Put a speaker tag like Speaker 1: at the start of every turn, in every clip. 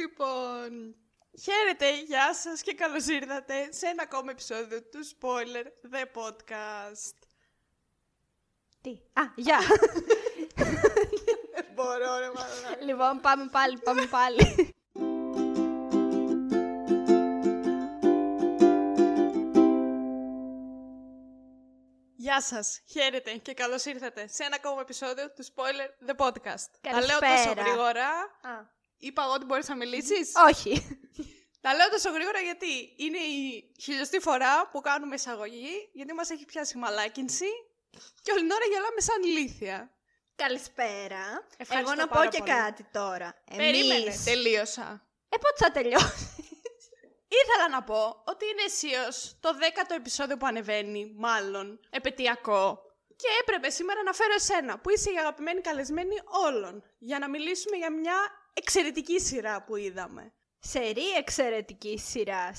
Speaker 1: Λοιπόν, Χαίρετε, γεια σας και καλώς ήρθατε σε ένα ακόμα επεισόδιο του Spoiler The Podcast.
Speaker 2: Τι. Α, γεια.
Speaker 1: Δεν μπορώ ρε μάλλον.
Speaker 2: λοιπόν, πάμε πάλι, πάμε πάλι.
Speaker 1: Γεια σας, χαίρετε και καλώς ήρθατε σε ένα ακόμα επεισόδιο του Spoiler The Podcast. Τα λέω τόσο
Speaker 2: Καλησπέρα.
Speaker 1: γρήγορα. Είπα εγώ ότι μπορείς να μιλήσεις.
Speaker 2: Όχι.
Speaker 1: Τα λέω τόσο γρήγορα γιατί είναι η χιλιοστή φορά που κάνουμε εισαγωγή, γιατί μας έχει πιάσει μαλάκινση και όλη την ώρα γελάμε σαν ηλίθια.
Speaker 3: Καλησπέρα.
Speaker 1: Ευχαριστώ
Speaker 3: Εγώ να
Speaker 1: πάρα
Speaker 3: πω και
Speaker 1: πολύ.
Speaker 3: κάτι τώρα. Εμείς...
Speaker 1: Περίμενε, τελείωσα.
Speaker 2: Ε, πότε θα τελειώσει.
Speaker 1: Ήθελα να πω ότι είναι αισίως το δέκατο επεισόδιο που ανεβαίνει, μάλλον, επαιτειακό. Και έπρεπε σήμερα να φέρω εσένα, που είσαι η αγαπημένη καλεσμένη όλων, για να μιλήσουμε για μια εξαιρετική σειρά που είδαμε.
Speaker 2: Σερή εξαιρετική σειράς.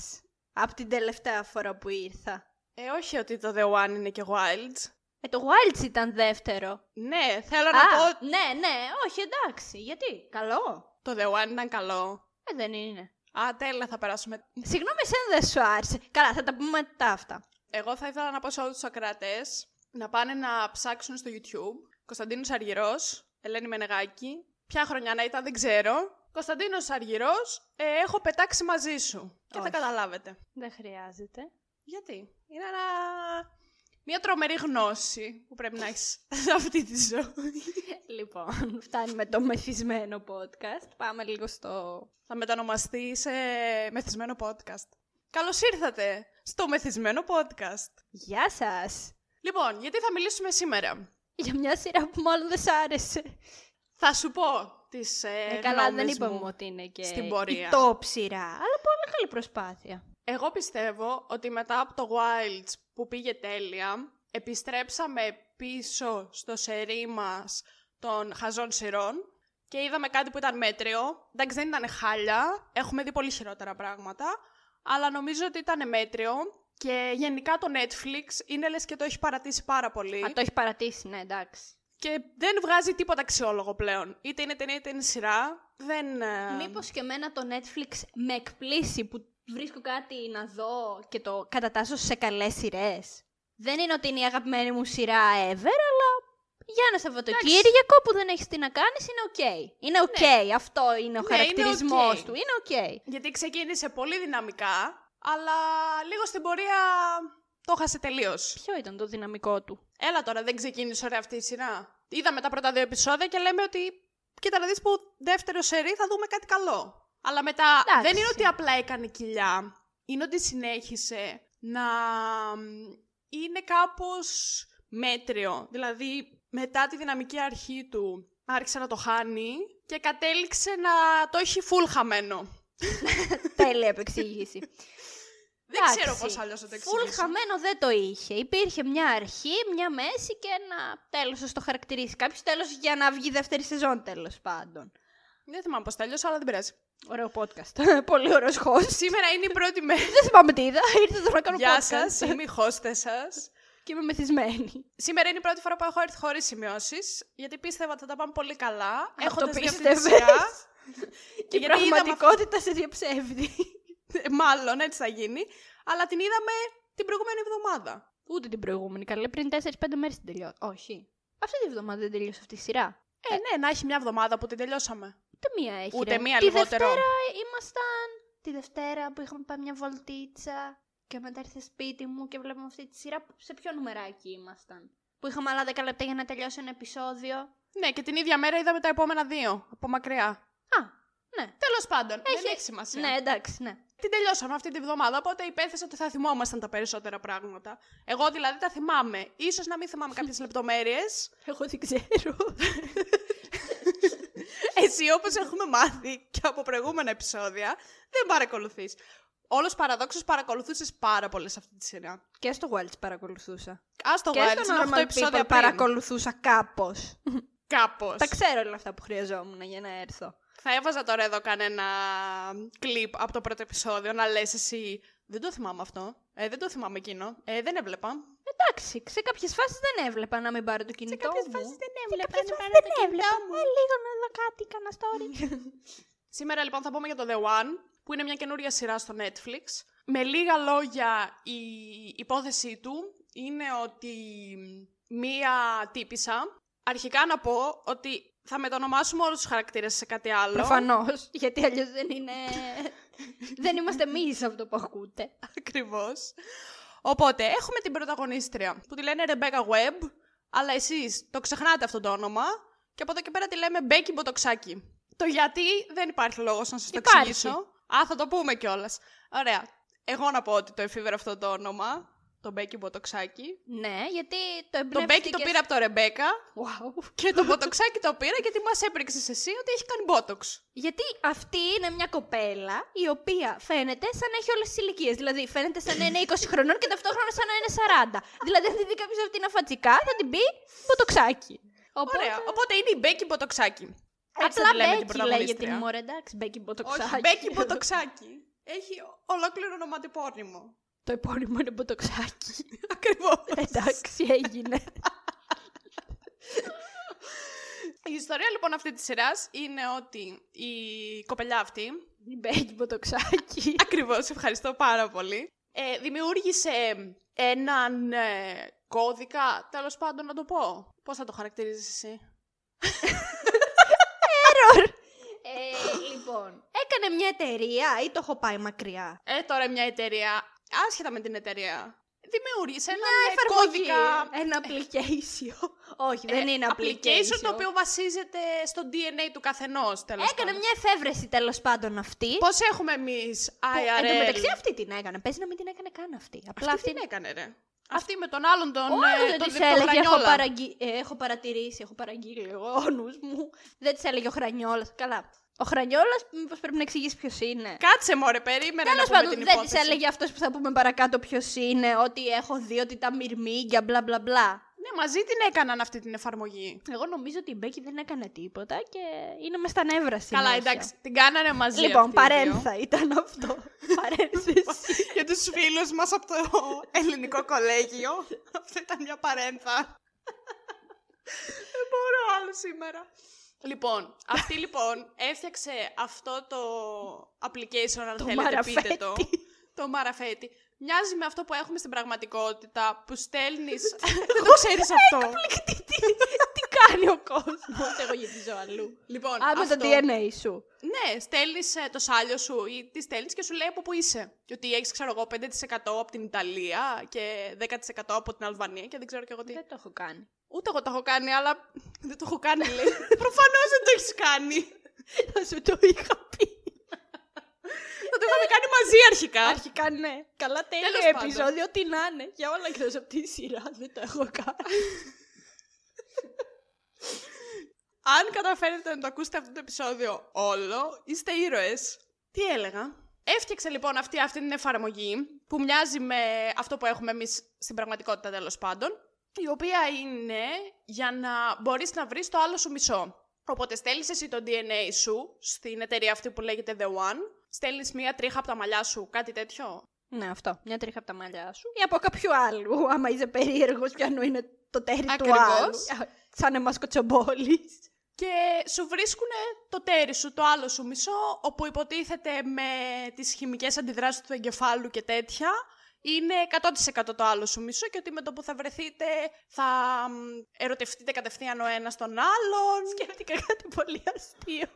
Speaker 3: Από την τελευταία φορά που ήρθα.
Speaker 1: Ε, όχι ότι το The One είναι και Wilds.
Speaker 2: Ε, το Wilds ήταν δεύτερο.
Speaker 1: Ναι, θέλω να πω
Speaker 2: ναι, ναι, όχι, εντάξει. Γιατί, καλό.
Speaker 1: το The One ήταν καλό.
Speaker 2: Ε, δεν είναι.
Speaker 1: Α, τέλεια θα περάσουμε.
Speaker 2: Συγγνώμη, εσένα δεν σου άρεσε. Καλά, θα τα πούμε μετά αυτά.
Speaker 1: Εγώ θα ήθελα να πω σε όλους τους ακροατές να πάνε να ψάξουν στο YouTube Κωνσταντίνος Αργυρός, Ελένη Μενεγάκη. Ποια χρονιά να ήταν δεν ξέρω. Κωνσταντίνος Αργυρός, ε, έχω πετάξει μαζί σου. Και θα
Speaker 2: Όχι.
Speaker 1: καταλάβετε.
Speaker 2: Δεν χρειάζεται.
Speaker 1: Γιατί. Είναι ένα... Μια τρομερή γνώση που πρέπει να έχεις σε αυτή τη ζωή.
Speaker 2: Λοιπόν, φτάνει με το μεθυσμένο podcast. Πάμε λίγο στο...
Speaker 1: θα μετανομαστεί σε μεθυσμένο podcast. Καλώς ήρθατε στο μεθυσμένο podcast.
Speaker 2: Γεια σας.
Speaker 1: Λοιπόν, γιατί θα μιλήσουμε σήμερα.
Speaker 2: Για μια σειρά που μάλλον δεν σ' άρεσε.
Speaker 1: Θα σου πω τις ε,
Speaker 2: Ε, καλά, δεν
Speaker 1: γνώμες
Speaker 2: είπαμε
Speaker 1: μου.
Speaker 2: ότι είναι και
Speaker 1: στην πορεία.
Speaker 2: η top σειρά, αλλά πολύ καλή προσπάθεια.
Speaker 1: Εγώ πιστεύω ότι μετά από το Wilds που πήγε τέλεια, επιστρέψαμε πίσω στο σερί μας των χαζών σειρών και είδαμε κάτι που ήταν μέτριο. Εντάξει, δεν ήταν χάλια, έχουμε δει πολύ χειρότερα πράγματα, αλλά νομίζω ότι ήταν μέτριο και γενικά το Netflix είναι λες και το έχει παρατήσει πάρα πολύ
Speaker 2: Α, το έχει παρατήσει, ναι, εντάξει.
Speaker 1: και δεν βγάζει τίποτα αξιόλογο πλέον. Είτε είναι ταινία είτε είναι σειρά, δεν... ε,
Speaker 2: Μήπως και εμένα το Netflix με εκπλήσει που βρίσκω κάτι να δω και το κατατάσσω σε καλές σειρές. Δεν είναι ότι είναι η αγαπημένη μου σειρά ever, αλλά για ένα Σαββατοκύριακο που δεν έχεις τι να κάνεις είναι οκ. Είναι οκ, αυτό είναι ο
Speaker 1: Ναι,
Speaker 2: χαρακτηρισμός
Speaker 1: είναι οκ.
Speaker 2: του, είναι οκ.
Speaker 1: Γιατί ξεκίνησε πολύ δυναμικά, αλλά λίγο στην πορεία το χάσε τελείως.
Speaker 2: Ποιο ήταν το δυναμικό του.
Speaker 1: Έλα τώρα, δεν ξεκίνησε ωραία αυτή η σειρά. Είδαμε τα πρώτα δύο επεισόδια και λέμε ότι. Κοίτα να δεις που δεύτερο σερί θα δούμε κάτι καλό. Αλλά μετά
Speaker 2: Εντάξει.
Speaker 1: δεν είναι ότι απλά έκανε κοιλιά. Είναι ότι συνέχισε να μ, είναι κάπως μέτριο. Δηλαδή μετά τη δυναμική αρχή του άρχισε να το χάνει και κατέληξε να το έχει φουλ χαμένο.
Speaker 2: Τέλεια επεξήγηση.
Speaker 1: Δεν
Speaker 2: Εντάξει.
Speaker 1: ξέρω πώς αλλιώς θα το
Speaker 2: Φουλ
Speaker 1: εξηγήσω.
Speaker 2: χαμένο δεν το είχε. Υπήρχε μια αρχή, μια μέση και ένα τέλος ώστε το χαρακτηρίσει. Κάποιος τέλος για να βγει δεύτερη σεζόν τέλος πάντων.
Speaker 1: Δεν θυμάμαι πώς τέλειωσε, αλλά δεν πειράζει.
Speaker 2: Ωραίο podcast. Πολύ ωραίος host.
Speaker 1: Σήμερα είναι η πρώτη μέρα.
Speaker 2: δεν θυμάμαι τι είδα. Ήρθες εδώ να κάνω
Speaker 1: Γεια
Speaker 2: podcast.
Speaker 1: σας, είμαι η χώστε σας.
Speaker 2: Και είμαι μεθυσμένη.
Speaker 1: Σήμερα είναι η πρώτη φορά που έχω έρθει χωρίς σημειώσεις, γιατί πίστευα ότι θα τα πάμε πολύ καλά.
Speaker 2: το
Speaker 1: Έχοντας δει αυτή τη
Speaker 2: πίστευες.
Speaker 1: σειρά,
Speaker 2: Και η
Speaker 1: Ε, γιατί είδαμε
Speaker 2: πραγματικότητα σε διαψεύδει.
Speaker 1: ε, Μάλλον έτσι θα γίνει. Αλλά την είδαμε την προηγούμενη εβδομάδα.
Speaker 2: Ούτε την προηγούμενη. Καλά, πριν 4-5 μέρες την τελειώσα. Όχι. Αυτή τη βδομάδα δεν τελείωσε αυτή η σειρά.
Speaker 1: Ε, ναι, να έχει μια εβδομάδα που την τελειώσαμε.
Speaker 2: Ούτε μία έχει.
Speaker 1: Ούτε
Speaker 2: ρε.
Speaker 1: μία
Speaker 2: τη
Speaker 1: λιγότερο.
Speaker 2: Δευτέρα ήμασταν. Τη Δευτέρα που είχαμε πάει μια βολτίτσα και μετά ήρθε σπίτι μου και βλέπουμε αυτή τη σειρά. που- Σε ποιο νούμεράκι ήμασταν. Που είχαμε άλλα 10 λεπτά για να τελειώσει ένα επεισόδιο.
Speaker 1: Ναι, και την ίδια μέρα είδαμε τα επόμενα δύο από μακριά.
Speaker 2: Α, ναι.
Speaker 1: Τέλος πάντων, δεν
Speaker 2: Έχει-
Speaker 1: έχει σημασία.
Speaker 2: Ναι, εντάξει, ναι.
Speaker 1: Την τελειώσαμε αυτή τη βδομάδα, οπότε υπέθεσα ότι θα θυμόμασταν τα περισσότερα πράγματα. Εγώ δηλαδή τα θυμάμαι. Ίσως να μην θυμάμαι κάποιες λεπτομέρειες.
Speaker 2: Εγώ δεν ξέρω.
Speaker 1: Εσύ, όπως έχουμε μάθει και από προηγούμενα επεισόδια, δεν παρακολουθείς. Όλος παραδόξως παρακολουθούσες πάρα πολύ σε αυτή τη σειρά.
Speaker 3: Και στο Wells παρακολουθούσα.
Speaker 1: Α το
Speaker 3: και
Speaker 1: βάλει,
Speaker 3: στο
Speaker 1: είναι 8
Speaker 3: Normal People
Speaker 1: επεισόδια πριν.
Speaker 3: παρακολουθούσα κάπως.
Speaker 1: Κάπως.
Speaker 3: Τα ξέρω όλα αυτά που χρειαζόμουν για να έρθω.
Speaker 1: Θα έβαζα τώρα εδώ κανένα κλιπ από το πρώτο επεισόδιο να λες εσύ. Δεν το θυμάμαι αυτό. Ε, δεν το θυμάμαι εκείνο. Ε, δεν έβλεπα.
Speaker 2: εντάξει, σε κάποιες φάσεις δεν έβλεπα να μην πάρω το κινητό.
Speaker 1: κάποιες
Speaker 2: μου.
Speaker 1: φάσεις δεν
Speaker 2: Σε
Speaker 1: έβλεπα
Speaker 2: κάποιες
Speaker 1: να
Speaker 2: φάσεις
Speaker 1: πάρω το
Speaker 2: δεν
Speaker 1: κινητό
Speaker 2: έβλεπα. Ε, λίγο να δω κάτι, κάνα story.
Speaker 1: Σήμερα λοιπόν θα πούμε για το The One. που είναι μια καινούρια σειρά στο Netflix. Με λίγα λόγια, η υπόθεσή του είναι ότι μία τύπησα... Αρχικά να πω ότι θα μετονομάσουμε όλους τους χαρακτήρες σε κάτι άλλο.
Speaker 2: Προφανώς. Γιατί αλλιώς δεν είναι. δεν είμαστε εμείς αυτό που ακούτε.
Speaker 1: Ακριβώς. Οπότε, έχουμε την πρωταγωνίστρια που τη λένε Ρεμπέκα Webb, αλλά εσείς το ξεχνάτε αυτό το όνομα και από εδώ και πέρα τη λέμε Μπέκι Μποτοξάκη. Το γιατί δεν υπάρχει λόγος να σας το
Speaker 2: Υπάρχει.
Speaker 1: εξηγήσω. Α, θα το πούμε κιόλας. Ωραία. Εγώ να πω ότι το εφήβερε αυτό το όνομα, το Μπέκι Μποτοξάκη.
Speaker 2: ναι, γιατί το
Speaker 1: Το
Speaker 2: εμπνεύστηκες...
Speaker 1: Μπέκι το πήρε από το Ρεμπέκα
Speaker 2: Wow.
Speaker 1: και το Μποτοξάκη το πήρα γιατί μας έπρεξες εσύ ότι έχει κάνει Μπότοξ.
Speaker 2: Γιατί αυτή είναι μια κοπέλα η οποία φαίνεται σαν να έχει όλες τις ηλικίες. Δηλαδή φαίνεται σαν να είναι 20 χρονών και ταυτόχρονα σαν να είναι 40. δηλαδή, αν τη δει κάποιος αυτή να φατσικά, θα την πει μποτοξάκι. Οπότε,
Speaker 1: Ωραία. Οπότε είναι η Μπέκι Μποτοξάκη. Έτσι
Speaker 2: Απλά
Speaker 1: τη λέμε την
Speaker 2: Μπέκι λέγεται
Speaker 1: πρωταγωνίστρια.
Speaker 2: η μωρέ, εντάξει, Μπέκι μποτοξάκι.
Speaker 1: Όχι, Μπέκι Μποτοξάκη. Έχει ολόκληρο ονοματεπώνυμο.
Speaker 2: Το επώνυμο είναι μποτοξάκι.
Speaker 1: Ακριβώς.
Speaker 2: εντάξει, έγινε.
Speaker 1: Η ιστορία λοιπόν αυτή της σειράς είναι ότι η κοπελιά αυτή.
Speaker 2: Η Μπέκι μποτοξάκι.
Speaker 1: Ακριβώς, ευχαριστώ πάρα πολύ. ε, δημιούργησε έναν ε, κώδικα, τέλος πάντων να το πω. Πώς θα το χαρακτηρίζεις εσύ.
Speaker 2: ε, λοιπόν, έκανε μια εταιρεία ή το έχω πάει μακριά.
Speaker 1: Ε, τώρα μια εταιρεία, άσχετα με την εταιρεία, δημιούργησε έναν ε,
Speaker 2: Εφαρμογή.
Speaker 1: κώδικα.
Speaker 2: Ένα application. Όχι, δεν
Speaker 1: ε,
Speaker 2: είναι
Speaker 1: application το οποίο βασίζεται στο DNA του καθενός, τέλος
Speaker 2: Έκανε μια εφεύρεση τέλος πάντων αυτή.
Speaker 1: Πώς έχουμε εμείς
Speaker 2: που
Speaker 1: IRL.
Speaker 2: Εν τω μεταξύ αυτή την έκανε. Παίζει να μην την έκανε καν αυτή. Απλά αυτή.
Speaker 1: την έκανε, ρε. Αυτή με τον άλλον τον.
Speaker 2: Ο άλλος
Speaker 1: ε,
Speaker 2: δεν
Speaker 1: τον
Speaker 2: της έλεγε. Έχω,
Speaker 1: διπτοχρανιόλα.
Speaker 2: παραγγει- ε, έχω παρατηρήσει, έχω παραγγείλει εγώ ο νους μου. Δεν της έλεγε ο Χρανιόλας. Καλά. Ο Χρανιόλας, μήπως πρέπει να εξηγήσει ποιος είναι.
Speaker 1: Κάτσε μωρέ, περίμενε
Speaker 2: Τέλος
Speaker 1: να πούμε την
Speaker 2: πάντων, δεν της
Speaker 1: υπόθεση.
Speaker 2: έλεγε αυτός που θα πούμε παρακάτω ποιος είναι, ότι έχω δει ότι τα μυρμήγκια, μπλα μπλα μπλα.
Speaker 1: Ναι, μαζί την έκαναν αυτή την εφαρμογή.
Speaker 2: Εγώ νομίζω ότι η Μπέκη δεν έκανε τίποτα και είναι μες στα νεύρα συνέχεια.
Speaker 1: Καλά, εντάξει, την κάνανε μαζί.
Speaker 2: Λοιπόν,
Speaker 1: αυτοί οι δύο.
Speaker 2: παρένθα ήταν αυτό. Παρένθεση.
Speaker 1: Για τους φίλους μας από το ελληνικό κολέγιο. Αυτή ήταν μια παρένθα. Δεν μπορώ άλλο σήμερα. Λοιπόν, αυτή λοιπόν έφτιαξε αυτό το application, αν
Speaker 2: Το
Speaker 1: θέλετε πείτε
Speaker 2: μαραφέτη.
Speaker 1: το. Το μαραφέτη. Μοιάζει με αυτό που έχουμε στην πραγματικότητα, που στέλνεις... Δεν το ξέρεις αυτό.
Speaker 2: Τι, τι, τι κάνει ο κόσμος. Εγώ γιατί ζω αλλού.
Speaker 1: Λοιπόν,
Speaker 2: Α, με
Speaker 1: αυτό...
Speaker 2: το DNA σου.
Speaker 1: Ναι, στέλνεις το σάλιο σου ή τη στέλνεις και σου λέει από πού είσαι. Και ότι έχεις, ξέρω εγώ, 5% από την Ιταλία και 10% από την Αλβανία και δεν ξέρω και εγώ τι.
Speaker 2: το έχω κάνει.
Speaker 1: Ούτε εγώ το έχω κάνει, αλλά δεν το έχω κάνει, λέει. Προφανώς δεν το έχεις κάνει.
Speaker 2: Θα σου το είχα πει.
Speaker 1: Θα το είχαμε κάνει μαζί αρχικά.
Speaker 2: Αρχικά ναι. Καλά τέλειο
Speaker 1: Τέλος πάντων.
Speaker 2: επεισόδιο, τι να είναι. Για όλα εκτό από τη σειρά δεν το έχω κάνει.
Speaker 1: Αν καταφέρετε να το ακούσετε αυτό το επεισόδιο όλο, είστε ήρωες. Τι έλεγα. Έφτιαξε λοιπόν αυτή, αυτή την εφαρμογή που μοιάζει με αυτό που έχουμε εμείς στην πραγματικότητα τέλος πάντων, η οποία είναι για να μπορείς να βρεις το άλλο σου μισό. Οπότε στέλνεις εσύ το DNA σου στην εταιρεία αυτή που λέγεται The One, στέλνεις μία τρίχα από τα μαλλιά σου, κάτι τέτοιο.
Speaker 2: Ναι, αυτό. Μια τρίχα από τα μαλλιά σου. Ή από κάποιου άλλου. Άμα είσαι περίεργος, πιανού είναι το τέρι του
Speaker 1: Ακριβώς.
Speaker 2: άλλου. Α, Σαν εμάς κοτσομπόλης.
Speaker 1: Και σου βρίσκουν το τέρι σου, το άλλο σου μισό, όπου υποτίθεται με τις χημικές αντιδράσεις του εγκεφάλου και τέτοια, είναι 100% το άλλο σου μισό και ότι με το που θα βρεθείτε θα μ, ερωτευτείτε κατευθείαν ο ένας τον άλλον.
Speaker 2: Σκέφτηκα κάτι πολύ αστείο.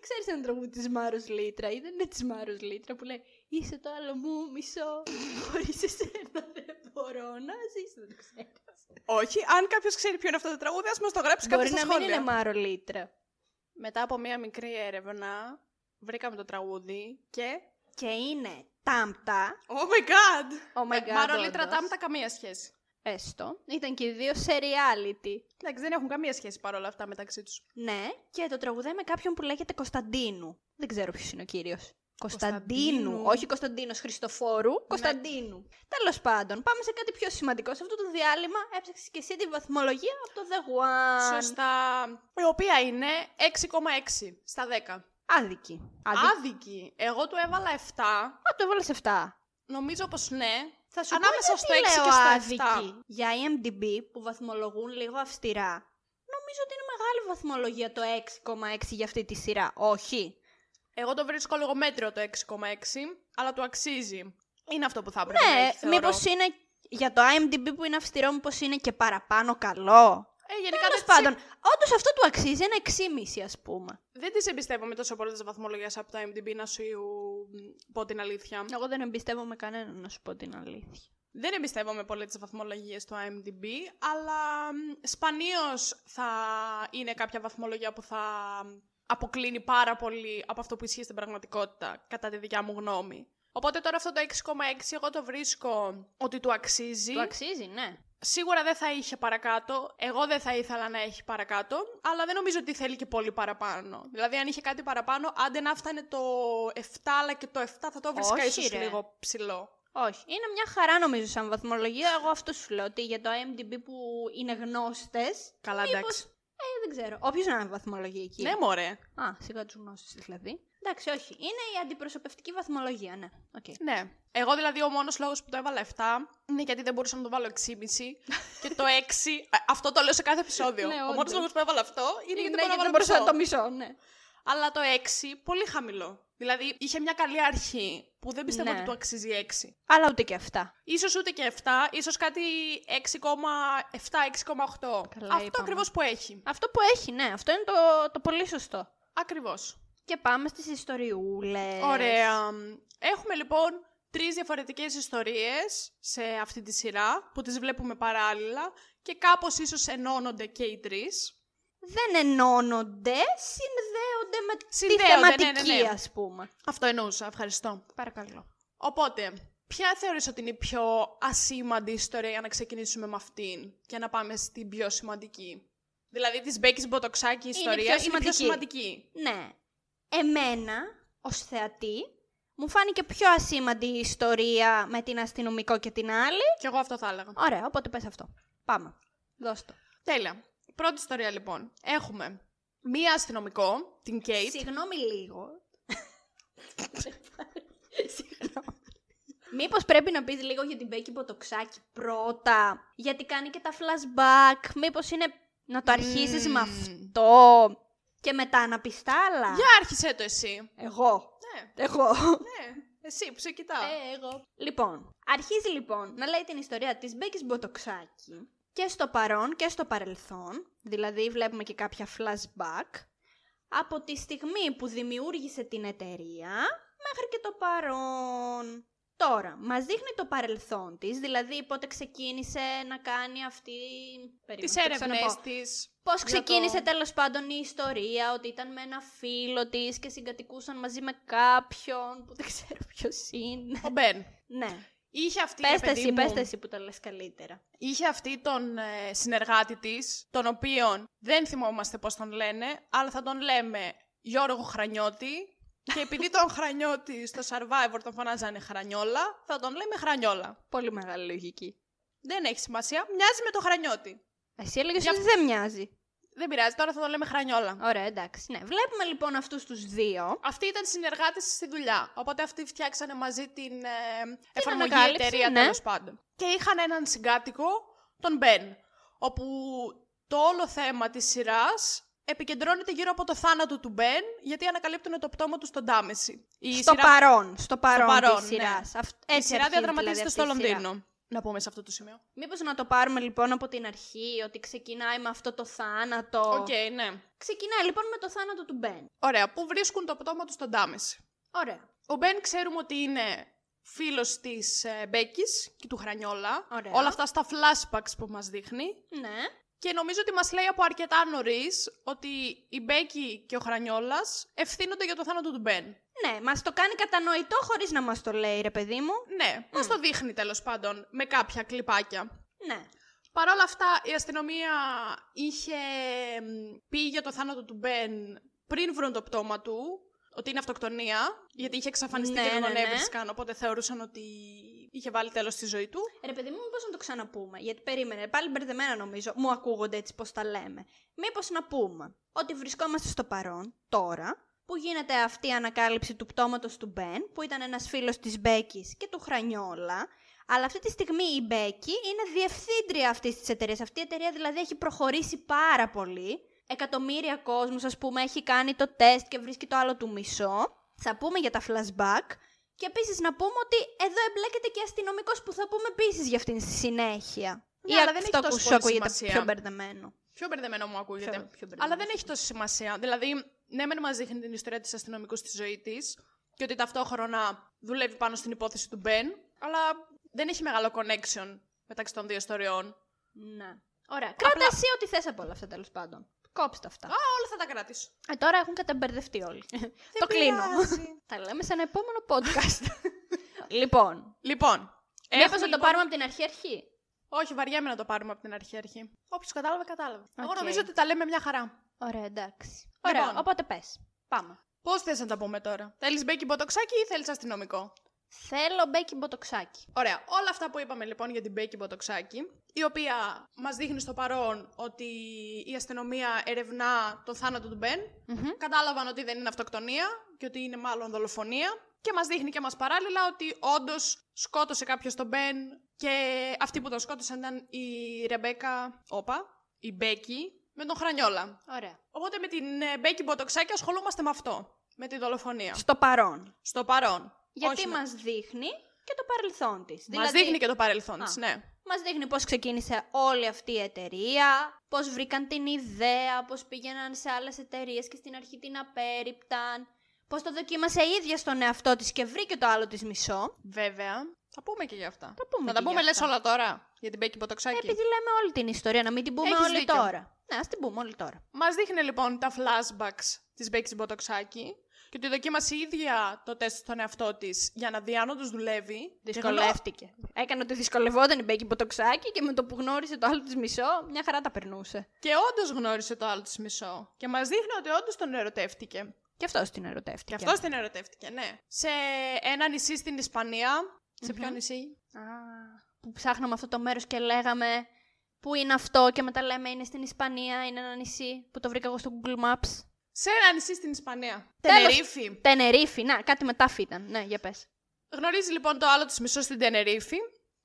Speaker 2: Ξέρεις έναν τραγούδι της Μάρος Λίτρα ή δεν είναι της Μάρος Λίτρα που λέει «Είσαι το άλλο μου μισό, χωρίς εσένα δεν μπορώ να ζήσω». Δεν το ξέρεις.
Speaker 1: Όχι, αν κάποιος ξέρει ποιο είναι αυτό το τραγούδι, ας μας το γράψει κάποιος
Speaker 2: Μπορεί
Speaker 1: στα
Speaker 2: να μην
Speaker 1: σχόλια.
Speaker 2: είναι Μάρο Λίτρα.
Speaker 1: Μετά από μία μικρή έρευνα, βρήκαμε το τραγούδι και...
Speaker 2: Και είναι τάμπτα.
Speaker 1: Oh my god! Ε,
Speaker 2: Oh my God,
Speaker 1: Μαρολίτρα
Speaker 2: όντως.
Speaker 1: τάμτα καμία σχέση.
Speaker 2: Έστω. Ήταν και οι δύο σε reality.
Speaker 1: Εντάξει, δεν έχουν καμία σχέση παρόλα αυτά μεταξύ τους.
Speaker 2: Ναι, και το τραγουδάει με κάποιον που λέγεται Κωνσταντίνου. Δεν ξέρω ποιος είναι ο κύριος. Κωνσταντίνου. Ναι.
Speaker 1: Κωνσταντίνου.
Speaker 2: Όχι Κωνσταντίνος Χριστοφόρου, Κωνσταντίνου. Τέλος πάντων, πάμε σε κάτι πιο σημαντικό. Σε αυτό το διάλειμμα έψαξες και εσύ τη βαθμολογία από το The One.
Speaker 1: Σωστά. Η οποία είναι 6,6 στα 10.
Speaker 2: Άδικη. Άδικη.
Speaker 1: Άδικη. Εγώ του έβαλα 7.
Speaker 2: Α, το έβαλες 7.
Speaker 1: Νομίζω πως ναι.
Speaker 2: Θα σου
Speaker 1: Ανάμεσα
Speaker 2: πω
Speaker 1: στο
Speaker 2: γιατί
Speaker 1: 6
Speaker 2: λέω
Speaker 1: και στο
Speaker 2: άδικη. Για IMDb που βαθμολογούν λίγο αυστηρά, νομίζω ότι είναι μεγάλη βαθμολογία το 6,6 για αυτή τη σειρά. Όχι.
Speaker 1: Εγώ το βρίσκω λίγο μέτριο το 6,6, αλλά του αξίζει. Είναι αυτό που θα έπρεπε να
Speaker 2: Ναι,
Speaker 1: έχει, θεωρώ.
Speaker 2: μήπως είναι
Speaker 3: Για το IMDb που είναι αυστηρό, μήπως είναι και παραπάνω καλό.
Speaker 1: Ε, γενικά
Speaker 2: Τέλος
Speaker 1: δεν,
Speaker 2: πάντων, όντως αυτό του αξίζει ένα 6,5 ας πούμε.
Speaker 1: τις- δεν τις εμπιστεύομαι τόσο πολλές βαθμολογίες από το IMDb να σου μ, πω την αλήθεια.
Speaker 2: Εγώ δεν εμπιστεύομαι κανέναν να σου πω την αλήθεια.
Speaker 1: Δεν εμπιστεύομαι πολύ τις βαθμολογίες του IMDb, αλλά μ, σπανίως θα είναι κάποια βαθμολογία που θα αποκλίνει πάρα πολύ από αυτό που ισχύει στην πραγματικότητα, κατά τη δικιά μου γνώμη. Οπότε τώρα αυτό το 6,6 εγώ το βρίσκω ότι του αξίζει.
Speaker 2: Του αξίζει, ναι.
Speaker 1: Σίγουρα δεν θα είχε παρακάτω. Εγώ δεν θα ήθελα να έχει παρακάτω. Αλλά δεν νομίζω ότι θέλει και πολύ παραπάνω. Δηλαδή, αν είχε κάτι παραπάνω, άντε να φτάνε το 7, αλλά και το 7 θα το βρίσκα
Speaker 2: Όχι,
Speaker 1: ίσως
Speaker 2: ρε.
Speaker 1: λίγο ψηλό.
Speaker 2: Όχι. Είναι μια χαρά νομίζω σαν βαθμολογία. Εγώ αυτό σου λέω ότι για το IMDb που είναι γνώστες.
Speaker 1: Καλά, εντάξει.
Speaker 2: Ε, δεν ξέρω.
Speaker 3: Όποιος να είναι βαθμολογεί εκεί.
Speaker 1: Ναι, μωρέ.
Speaker 2: Α, σιγά του γνώστε δηλαδή. Εντάξει, όχι. Είναι η αντιπροσωπευτική βαθμολογία, ναι. Οκ.
Speaker 1: Ναι. Εγώ δηλαδή ο μόνος λόγος που το έβαλα 7 είναι γιατί δεν μπορούσα να το βάλω 6,5 και το 6. α, αυτό το λέω σε κάθε επεισόδιο.
Speaker 2: Ναι,
Speaker 1: ο μόνος
Speaker 2: όντως.
Speaker 1: λόγος που έβαλα αυτό είναι γιατί
Speaker 2: Ναι,
Speaker 1: μπορώ να
Speaker 2: γιατί
Speaker 1: βάλω
Speaker 2: δεν μπορούσα
Speaker 1: μισό.
Speaker 2: να το μισώ, ναι.
Speaker 1: Αλλά το 6 πολύ χαμηλό. Δηλαδή είχε μια καλή αρχή που δεν πιστεύω
Speaker 2: Ναι.
Speaker 1: ότι του αξίζει 6.
Speaker 3: Αλλά ούτε και αυτά.
Speaker 1: Ίσως ούτε και 7, ίσως κάτι 6,7-6,8.
Speaker 2: Καλά
Speaker 1: Αυτό
Speaker 2: είπαμε.
Speaker 1: ακριβώς που έχει.
Speaker 2: Αυτό που έχει, ναι. Αυτό είναι το, το πολύ σωστό.
Speaker 1: Ακριβώς.
Speaker 2: Και πάμε στις ιστοριούλες.
Speaker 1: Ωραία. Έχουμε λοιπόν τρεις διαφορετικές ιστορίες σε αυτή τη σειρά που τις βλέπουμε παράλληλα και κάπως ίσως ενώνονται και οι τρεις.
Speaker 2: Δεν ενώνονται, συνδέονται με τη
Speaker 1: Συνδέονται, ναι,
Speaker 2: θεματική,
Speaker 1: ναι, ναι.
Speaker 2: ας πούμε.
Speaker 1: Αυτό εννοούσα. Ευχαριστώ.
Speaker 2: Παρακαλώ.
Speaker 1: Οπότε, ποια θεωρείς ότι είναι η πιο ασήμαντη ιστορία για να ξεκινήσουμε με αυτήν και να πάμε στην πιο σημαντική. Δηλαδή, της Μπέκης Μποτοξάκη
Speaker 2: πιο
Speaker 1: ιστορία είναι, η πιο
Speaker 2: σημαντική.
Speaker 1: σημαντική.
Speaker 2: Ναι. Εμένα, ως θεατή, μου φάνηκε πιο ασήμαντη η ιστορία με την αστυνομικό και την άλλη.
Speaker 1: Και εγώ αυτό θα έλεγα.
Speaker 2: Ωραία, οπότε πες αυτό. Πάμε. Δώσ' το.
Speaker 1: Τέλεια. Πρώτη ιστορία λοιπόν. Έχουμε μία αστυνομικό, την Kate.
Speaker 2: Συγγνώμη λίγο. Συγγνώμη. Μήπως πρέπει να πεις λίγο για την Μπέκη Μποτοξάκη πρώτα, γιατί κάνει και τα flashback, μήπως είναι να το αρχίσεις
Speaker 1: Μμμ.
Speaker 2: με αυτό και μετά να πεις τα άλλα.
Speaker 1: Για άρχισε το εσύ.
Speaker 3: Εγώ.
Speaker 1: Ναι,
Speaker 3: Εγώ.
Speaker 1: ναι. Εσύ που σε κοιτάω.
Speaker 2: Ε, εγώ. Λοιπόν, αρχίζει λοιπόν να λέει την ιστορία της Μπέκης Μποτοξάκη και στο παρόν και στο παρελθόν, δηλαδή βλέπουμε και κάποια flashback, από τη στιγμή που δημιούργησε την εταιρεία μέχρι και το παρόν. Τώρα, μας δείχνει το παρελθόν της, δηλαδή πότε ξεκίνησε να κάνει αυτή... Περίμενε,
Speaker 1: Τις
Speaker 2: το ξαναπώ.
Speaker 1: έρευνες της.
Speaker 2: Πώς
Speaker 1: Για το-
Speaker 2: ξεκίνησε τέλος πάντων η ιστορία, ότι ήταν με ένα φίλο της και συγκατοικούσαν μαζί με κάποιον που δεν ξέρω ποιος είναι.
Speaker 1: Ο Μπεν.
Speaker 2: Ναι.
Speaker 1: Είχε αυτή, ρε
Speaker 2: Πέστε
Speaker 1: παιδί
Speaker 2: εσύ,
Speaker 1: μου,
Speaker 2: πέστε εσύ που τα λες καλύτερα.
Speaker 1: είχε αυτή τον ε, συνεργάτη της, τον οποίον δεν θυμόμαστε πώς τον λένε, αλλά θα τον λέμε Γιώργο Χρανιώτη. Και επειδή τον Χρανιώτη στο Survivor τον φωνάζανε Χρανιόλα, θα τον λέμε Χρανιόλα.
Speaker 2: Πολύ μεγάλη λογική.
Speaker 1: Δεν έχει σημασία, μοιάζει με τον Χρανιώτη.
Speaker 2: Εσύ έλεγες
Speaker 1: Για-
Speaker 2: ότι δεν μοιάζει.
Speaker 1: Δεν πειράζει, τώρα θα το λέμε Χρανιόλα.
Speaker 2: Ωραία, εντάξει. Ναι. Βλέπουμε λοιπόν αυτούς τους δύο.
Speaker 1: Αυτοί ήταν συνεργάτες στη δουλειά. Οπότε αυτοί φτιάξανε μαζί την ε, εφαρμογή
Speaker 2: ανακάλυψη,
Speaker 1: εταιρεία
Speaker 2: ναι.
Speaker 1: τέλος πάντων. Και είχαν έναν συγκάτοικο, τον Μπεν, όπου το όλο θέμα της σειράς επικεντρώνεται γύρω από το θάνατο του Μπεν, γιατί ανακαλύπτουν το πτώμα του στον Τάμεση. Η
Speaker 2: στο
Speaker 1: σειρά,
Speaker 2: παρόν, στο παρόν,
Speaker 1: παρόν,
Speaker 2: της
Speaker 1: ναι.
Speaker 2: σειράς. Αυτ-
Speaker 1: η
Speaker 2: έτσι
Speaker 1: σειρά
Speaker 2: αρχίζει,
Speaker 1: διαδραματίζεται
Speaker 2: δηλαδή,
Speaker 1: στο
Speaker 2: αυτή η σειρά.
Speaker 1: Λονδίνο. Να πούμε σε αυτό το σημείο.
Speaker 2: Μήπως να το πάρουμε λοιπόν από την αρχή, ότι ξεκινάει με αυτό το θάνατο.
Speaker 1: Οκ, ναι.
Speaker 2: Ξεκινάει λοιπόν με το θάνατο του Μπεν.
Speaker 1: Ωραία, πού βρίσκουν το πτώμα του στον Τάμεση.
Speaker 2: Ωραία.
Speaker 1: Ο Μπεν ξέρουμε ότι είναι φίλος της ε, Μπέκης και του Χρανιόλα.
Speaker 2: Ωραία.
Speaker 1: Όλα αυτά στα flashbacks που μας δείχνει.
Speaker 2: Ναι.
Speaker 1: Και νομίζω ότι μας λέει από αρκετά νωρίς ότι η Μπέκη και ο Χρανιόλας ευθύνονται για το θάνατο του Μπεν.
Speaker 2: Ναι, μας το κάνει κατανοητό χωρίς να μας το λέει ρε παιδί μου.
Speaker 1: Ναι, μας το δείχνει τέλος πάντων με κάποια κλιπάκια.
Speaker 2: Ναι.
Speaker 1: Παρ' όλα αυτά, η αστυνομία είχε μ, πει για το θάνατο του Μπεν πριν βρουν το πτώμα του, ότι είναι αυτοκτονία, γιατί είχε εξαφανιστεί
Speaker 2: Ναι,
Speaker 1: και δεν τον
Speaker 2: ναι, ναι.
Speaker 1: έβρισκαν, οπότε θεωρούσαν ότι είχε βάλει τέλος στη ζωή του.
Speaker 2: Ρε παιδί μου, μήπως να το ξαναπούμε. Γιατί περίμενε, πάλι μπερδεμένα νομίζω. Μου ακούγονται έτσι πώς τα λέμε. Μήπως να πούμε ότι βρισκόμαστε στο παρόν, τώρα, που γίνεται αυτή η ανακάλυψη του πτώματος του Μπεν, που ήταν ένας φίλος της Μπέκης και του Χρανιόλα. Αλλά αυτή τη στιγμή η Μπέκη είναι διευθύντρια αυτής της εταιρείας. Αυτή η εταιρεία δηλαδή έχει προχωρήσει πάρα πολύ. Εκατομμύρια κόσμου, ας πούμε, έχει κάνει το τεστ και βρίσκει το άλλο του μισό. θα πούμε για τα flashback και επίσης να πούμε ότι εδώ εμπλέκεται και αστυνομικός που θα πούμε επίσης για αυτήν στη συνέχεια.
Speaker 1: Ναι,
Speaker 2: Ή
Speaker 1: αλλά δεν έχει
Speaker 2: αυτό που
Speaker 1: τόσο
Speaker 2: σου
Speaker 1: πολύ
Speaker 2: ακούγεται
Speaker 1: σημασία.
Speaker 2: πιο μπερδεμένο.
Speaker 1: Πιο μπερδεμένο μου ακούγεται.
Speaker 2: Πιο- πιο μπερδεμένο.
Speaker 1: Αλλά δεν έχει τόση σημασία. Δηλαδή, ναι, μεν μας δείχνει την ιστορία της αστυνομικού στη ζωή της και ότι ταυτόχρονα δουλεύει πάνω στην υπόθεση του Μπεν, αλλά δεν έχει μεγάλο connection μεταξύ των δύο ιστοριών.
Speaker 2: Ναι. Ωραία. Κράτα εσύ ό,τι θες από όλα αυτά τέλος πάντων. Κόψτε αυτά.
Speaker 1: Α, όλα θα τα κρατήσω.
Speaker 2: Ε, τώρα έχουν καταμπερδευτεί όλοι. Το κλείνω. Τα λέμε σε ένα επόμενο podcast. λοιπόν,
Speaker 1: Λοιπόν.
Speaker 2: μήπως
Speaker 1: έχουμε
Speaker 2: να το
Speaker 1: λοιπόν-
Speaker 2: πάρουμε από την αρχή-αρχή.
Speaker 1: Όχι, βαριέμαι να το πάρουμε από την αρχή-αρχή. Όποιος κατάλαβε, κατάλαβε. Εγώ
Speaker 2: Οκ.
Speaker 1: νομίζω ότι τα λέμε μια χαρά.
Speaker 2: Ωραία, εντάξει.
Speaker 1: Λοιπόν.
Speaker 2: Ωραία, οπότε πες. Πάμε.
Speaker 1: Πώς θες να τα πούμε τώρα. Θέλεις μπέκι μποτοξάκι ή θέλεις αστυνομικό.
Speaker 2: Θέλω μπέκι μποτοξάκι.
Speaker 1: Ωραία. Όλα αυτά που είπαμε λοιπόν για την Μπέκη Μποτοξάκη, η οποία μας δείχνει στο παρόν ότι η αστυνομία ερευνά τον θάνατο του Μπεν. Κατάλαβαν ότι δεν είναι αυτοκτονία και ότι είναι μάλλον δολοφονία. Και μας δείχνει και μας παράλληλα ότι όντως σκότωσε κάποιος τον Μπεν και αυτοί που τον σκότωσαν ήταν η Ρεμπέκα Όπα, η Μπέκη, με τον Χρανιόλα.
Speaker 2: Ωραία.
Speaker 1: Οπότε με την ε, Μπέκη Μποτοξάκη ασχολούμαστε με αυτό. Με τη δολοφονία.
Speaker 2: Στο παρόν.
Speaker 1: Στο παρόν.
Speaker 2: Γιατί
Speaker 1: Όχι με-
Speaker 2: μας δείχνει και το παρελθόν της. Δηλαδή,
Speaker 1: Μας δείχνει και το παρελθόν
Speaker 2: Α.
Speaker 1: της, ναι.
Speaker 2: Μας δείχνει πώς ξεκίνησε όλη αυτή η εταιρεία, πώς βρήκαν την ιδέα, πώς πήγαιναν σε άλλες εταιρείες και στην αρχή την απέρριπταν, πώς το δοκίμασε η ίδια στον εαυτό της και βρήκε το άλλο της μισό.
Speaker 1: Βέβαια. Θα πούμε και για αυτά.
Speaker 2: Θα
Speaker 1: θα
Speaker 2: πούμε
Speaker 1: τα
Speaker 2: και για
Speaker 1: πούμε λε
Speaker 2: αυτά.
Speaker 1: όλα τώρα για την Μπέκη Μποτοξάκη.
Speaker 2: Επειδή λέμε όλη την ιστορία, να μην την πούμε
Speaker 1: Έχεις
Speaker 2: όλη
Speaker 1: δίκιο.
Speaker 2: τώρα. Ναι, ας την πούμε όλη τώρα.
Speaker 1: Μας δείχνει λοιπόν τα flashbacks της Μπέκης Μποτοξάκη και ότι δοκίμασε η ίδια το τεστ στον εαυτό της για να δει αν όντως δουλεύει. Και γνω-
Speaker 2: Δυσκολεύτηκε. Έκανε ότι δυσκολευόταν η Μπέκη Μποτοξάκη και με το που γνώρισε το άλλο της μισό, μια χαρά τα περνούσε.
Speaker 1: Και όντως γνώρισε το άλλο της μισό. Και μας δείχνει ότι όντως τον ερωτεύτηκε.
Speaker 2: Και αυτό την
Speaker 1: Και
Speaker 2: ερωτεύτηκε.
Speaker 1: αυτό την ερωτεύτηκε, ναι. Σε ένα νησί στην Ισπανία. Σε ποιο
Speaker 2: Μμμ.
Speaker 1: νησί.
Speaker 2: Α, που ψάχναμε αυτό το μέρος και λέγαμε Πού είναι αυτό, και μετά λέμε είναι στην Ισπανία, είναι ένα νησί που το βρήκα εγώ στο Google Maps.
Speaker 1: Σε ένα νησί στην Ισπανία.
Speaker 2: Τέλος.
Speaker 1: Τενερίφη.
Speaker 2: Τενερίφη, να, κάτι μετάφη ήταν. Ναι, για πες.
Speaker 1: Γνωρίζει λοιπόν το άλλο της μισό στην Τενερίφη.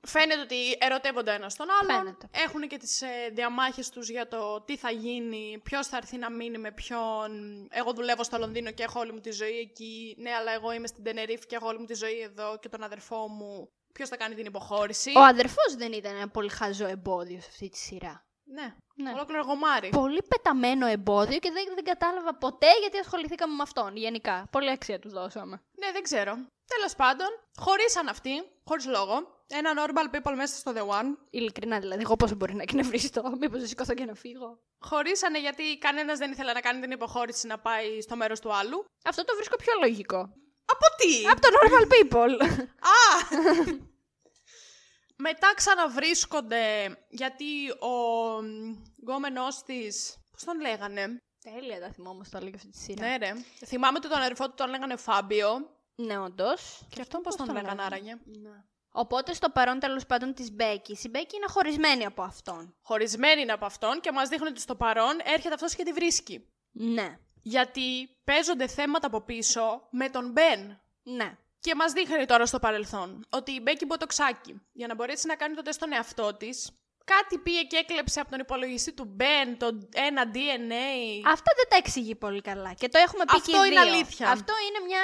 Speaker 1: Φαίνεται ότι ερωτεύονται ένας τον άλλον.
Speaker 2: Φαίνεται.
Speaker 1: Έχουν και τις ε, διαμάχες τους για το τι θα γίνει, ποιος θα έρθει να μείνει με ποιον. Εγώ δουλεύω στο Λονδίνο και έχω όλη μου τη ζωή εκεί. Ναι, αλλά εγώ είμαι στην Τενερίφη και έχω όλη μου τη ζωή εδώ και τον αδερφό μου. Ποιος θα κάνει την υποχώρηση.
Speaker 2: Ο αδερφός δεν ήταν ένα πολύ χαζό εμπόδιο σε αυτή τη σειρά.
Speaker 1: Ναι,
Speaker 2: Ναι.
Speaker 1: ολόκληρο γομάρι.
Speaker 2: Πολύ πεταμένο εμπόδιο και δεν, δεν κατάλαβα ποτέ γιατί ασχοληθήκαμε με αυτόν γενικά. Πολύ αξία του δώσαμε.
Speaker 1: Ναι, δεν ξέρω. Τέλος πάντων, χωρίσαν αυτοί, χωρίς λόγο. Ένα normal people μέσα στο The One.
Speaker 2: Ειλικρινά δηλαδή, εγώ πόσο μπορεί να εκνευριστώ, μήπως σηκωθώ και να φύγω.
Speaker 1: Χωρίσανε γιατί κανένας δεν ήθελε να κάνει την υποχώρηση να πάει στο μέρος του άλλου.
Speaker 2: Αυτό το βρίσκω πιο λογικό.
Speaker 1: Από τι!
Speaker 2: Από το normal people.
Speaker 1: Α! Μετά ξαναβρίσκονται γιατί ο γκόμενός της... Πώς τον λέγανε.
Speaker 2: Τέλεια τα θυμόμαστε όλα για αυτή τη σειρά.
Speaker 1: Ναι, ρε. Θυμάμαι ότι τον αδερφό του τον λέγανε Φάμπιο.
Speaker 2: ναι όντως.
Speaker 1: Και αυτόν πώς τον λέγανε άραγε.
Speaker 2: Οπότε στο παρόν τέλος πάντων της Μπέκης. Η Μπέκη είναι χωρισμένη από αυτόν.
Speaker 1: Χωρισμένη είναι από αυτόν και μας δείχνουν ότι στο παρόν έρχεται αυτός και τη βρίσκει.
Speaker 2: Ναι.
Speaker 1: Γιατί παίζονται θέματα από πίσω με τον Μπεν.
Speaker 2: Ναι.
Speaker 1: Και μας δείχνει τώρα στο παρελθόν ότι η Μπέκη Μποτοξάκη, για να μπορέσει να κάνει το τεστ στον εαυτό της, κάτι πήγε και έκλεψε από τον υπολογιστή του Μπεν το ένα DNA.
Speaker 2: Αυτά δεν τα εξηγεί πολύ καλά. Και το έχουμε πει
Speaker 1: Αυτό
Speaker 2: και οι
Speaker 1: είναι
Speaker 2: δύο.
Speaker 1: αλήθεια.
Speaker 2: Αυτό είναι μια...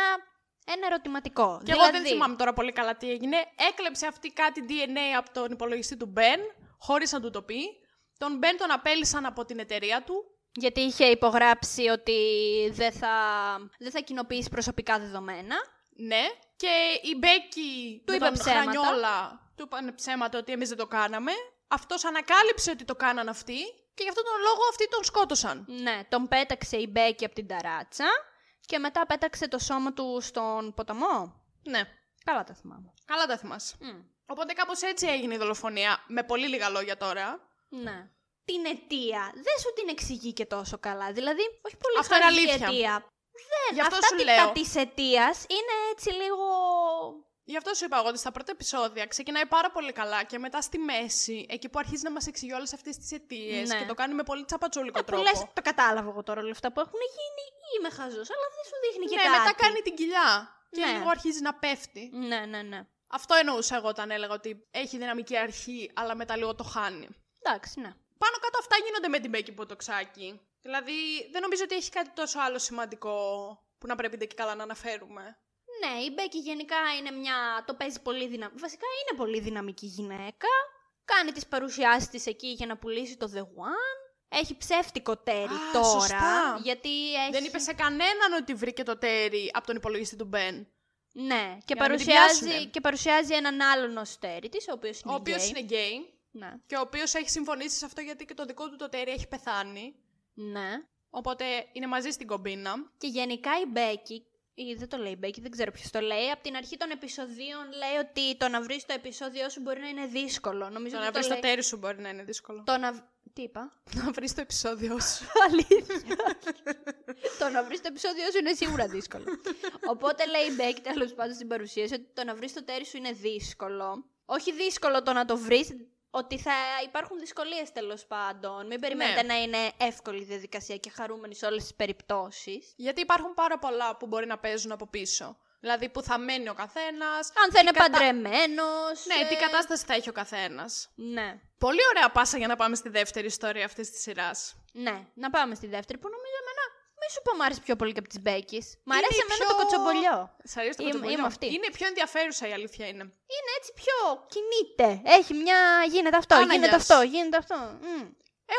Speaker 2: ένα ερωτηματικό. Δηλαδή,
Speaker 1: και εγώ δεν θυμάμαι τώρα πολύ καλά τι έγινε. Έκλεψε αυτή κάτι DNA από τον υπολογιστή του Μπεν, χωρίς να του το πει. Τον Μπεν τον απέλησαν από την εταιρεία του.
Speaker 2: Γιατί είχε υπογράψει ότι δεν θα, δεν θα κοινοποιήσει προσωπικά δεδομένα.
Speaker 1: Ναι. Και η Μπέκη
Speaker 2: Του
Speaker 1: με
Speaker 2: είπαν
Speaker 1: τον
Speaker 2: ψέματα.
Speaker 1: Χρανιόλα του είπαν ψέματα ότι εμείς δεν το κάναμε. Αυτός ανακάλυψε ότι το κάναν αυτοί και γι' αυτόν τον λόγο αυτοί τον σκότωσαν.
Speaker 2: Ναι, τον πέταξε η Μπέκη από την ταράτσα και μετά πέταξε το σώμα του στον ποταμό.
Speaker 1: Ναι.
Speaker 2: Καλά τα θυμάμαι.
Speaker 1: Καλά τα θυμάσαι. Οπότε κάπως έτσι έγινε η δολοφονία. Με πολύ λίγα λόγια τώρα.
Speaker 2: Ναι. Την αιτία δεν σου την εξηγεί και τόσο καλά. Δηλαδή, όχι πολύ
Speaker 1: Αυτό είναι
Speaker 2: χάζει η
Speaker 1: αλήθεια.
Speaker 2: αιτία. Δεν,
Speaker 1: Γι' αυτό
Speaker 2: αυτά
Speaker 1: σου
Speaker 2: τη-
Speaker 1: λέω.
Speaker 2: τα της αιτίας είναι έτσι λίγο...
Speaker 1: Γι' αυτό σου είπα εγώ ότι στα πρώτα επεισόδια ξεκινάει πάρα πολύ καλά και μετά στη μέση, εκεί που αρχίζει να μας εξηγεί όλες αυτές τις αιτίες
Speaker 2: Ναι.
Speaker 1: και το κάνει με πολύ τσαπατσούλικο
Speaker 2: Ε, που
Speaker 1: τρόπο.
Speaker 2: λες, το κατάλαβα εγώ τώρα όλα αυτά που έχουν γίνει ή είμαι χαζός, αλλά δεν σου δείχνει και
Speaker 1: ναι,
Speaker 2: κάτι.
Speaker 1: μετά κάνει την κοιλιά. Και
Speaker 2: Ναι.
Speaker 1: λίγο αρχίζει να πέφτει.
Speaker 2: Ναι, ναι, ναι.
Speaker 1: Αυτό εννοούσα εγώ όταν έλεγα ότι έχει δυναμική αρχή, αλλά μετά λίγο το χάνει.
Speaker 2: Εντάξει, ναι.
Speaker 1: Πάνω κάτω αυτά γίνονται με την Μπέκη Μποτοξάκη. Δηλαδή, δεν νομίζω ότι έχει κάτι τόσο άλλο σημαντικό Που να πρέπει και καλά να αναφέρουμε.
Speaker 2: Ναι, η Μπέκη γενικά είναι μια. το παίζει πολύ δυναμική. Βασικά είναι πολύ δυναμική γυναίκα. Κάνει τις παρουσιάσεις της εκεί για να πουλήσει το The One. Έχει ψεύτικο τέρι
Speaker 1: Α,
Speaker 2: τώρα.
Speaker 1: σωστά.
Speaker 2: Γιατί έχει.
Speaker 1: Δεν είπε σε κανέναν ότι βρήκε το τέρι από τον υπολογιστή του Μπεν.
Speaker 2: Ναι, και
Speaker 1: να μην την
Speaker 2: παρουσιάζει,
Speaker 1: πιάσουνε.
Speaker 2: και παρουσιάζει έναν άλλον ως τέρι της, ο οποίος
Speaker 1: Ο
Speaker 2: είναι.
Speaker 1: οποίο
Speaker 2: γκέι.
Speaker 1: είναι γκέι
Speaker 2: Ναι.
Speaker 1: και ο οποίος έχει συμφωνήσει σε αυτό γιατί και το δικό του το τέρι έχει πεθάνει.
Speaker 2: ναι.
Speaker 1: Οπότε είναι μαζί στην κομπίνα.
Speaker 2: Και γενικά η Μπέκη, ή δεν το λέει η Μπέκη, δεν ξέρω ποιος το λέει. Από την αρχή των επεισοδίων λέει ότι το να βρεις το επεισόδιο σου μπορεί να είναι δύσκολο. Νομίζω
Speaker 1: Το να
Speaker 2: ότι
Speaker 1: βρεις
Speaker 2: το,
Speaker 1: το
Speaker 2: λέει...
Speaker 1: τέρι σου μπορεί να είναι δύσκολο.
Speaker 2: το να... Τι είπα.
Speaker 1: Να βρεις το επεισόδιο σου.
Speaker 2: Αλήθεια. το να βρεις το επεισόδιο σου είναι σίγουρα δύσκολο. Οπότε λέει η Μπέκη τέλος πάντων στην παρουσίαση ότι το να βρεις το τέρι σου είναι δύσκολο. Όχι δύσκολο το να το βρεις, ότι θα υπάρχουν δυσκολίες τέλος πάντων. Μην περιμένετε
Speaker 1: Ναι.
Speaker 2: να είναι εύκολη η διαδικασία και χαρούμενη σε όλες τις περιπτώσεις.
Speaker 1: Γιατί υπάρχουν πάρα πολλά που μπορεί να παίζουν από πίσω. Δηλαδή που θα μένει ο καθένας.
Speaker 2: Αν θα είναι
Speaker 1: κατα-
Speaker 2: παντρεμένος...
Speaker 1: Ναι,
Speaker 2: ε,
Speaker 1: τι κατάσταση θα έχει ο καθένας.
Speaker 2: Ναι.
Speaker 1: Πολύ ωραία πάσα για να πάμε στη δεύτερη ιστορία αυτής της σειράς.
Speaker 2: Ναι, να πάμε στη δεύτερη που νομίζω εμένα μη σου πω μ' άρεσε πιο πολύ και από τις Μπέκης. Μ'
Speaker 1: Είναι
Speaker 2: αρέσει
Speaker 1: η
Speaker 2: εμένα
Speaker 1: πιο-
Speaker 2: το κοτσομπολιό.
Speaker 1: Σ' αρέσει το
Speaker 2: Είμαι-
Speaker 1: κοτσομπολιό?
Speaker 2: είμαι αυτή.
Speaker 1: Είναι πιο ενδιαφέρουσα η αλήθεια είναι.
Speaker 2: Είναι έτσι πιο κινείται. Έχει μια... γίνεται αυτό,
Speaker 1: Άνα
Speaker 2: γίνεται
Speaker 1: γεια σου.
Speaker 2: αυτό, γίνεται αυτό. Μμ.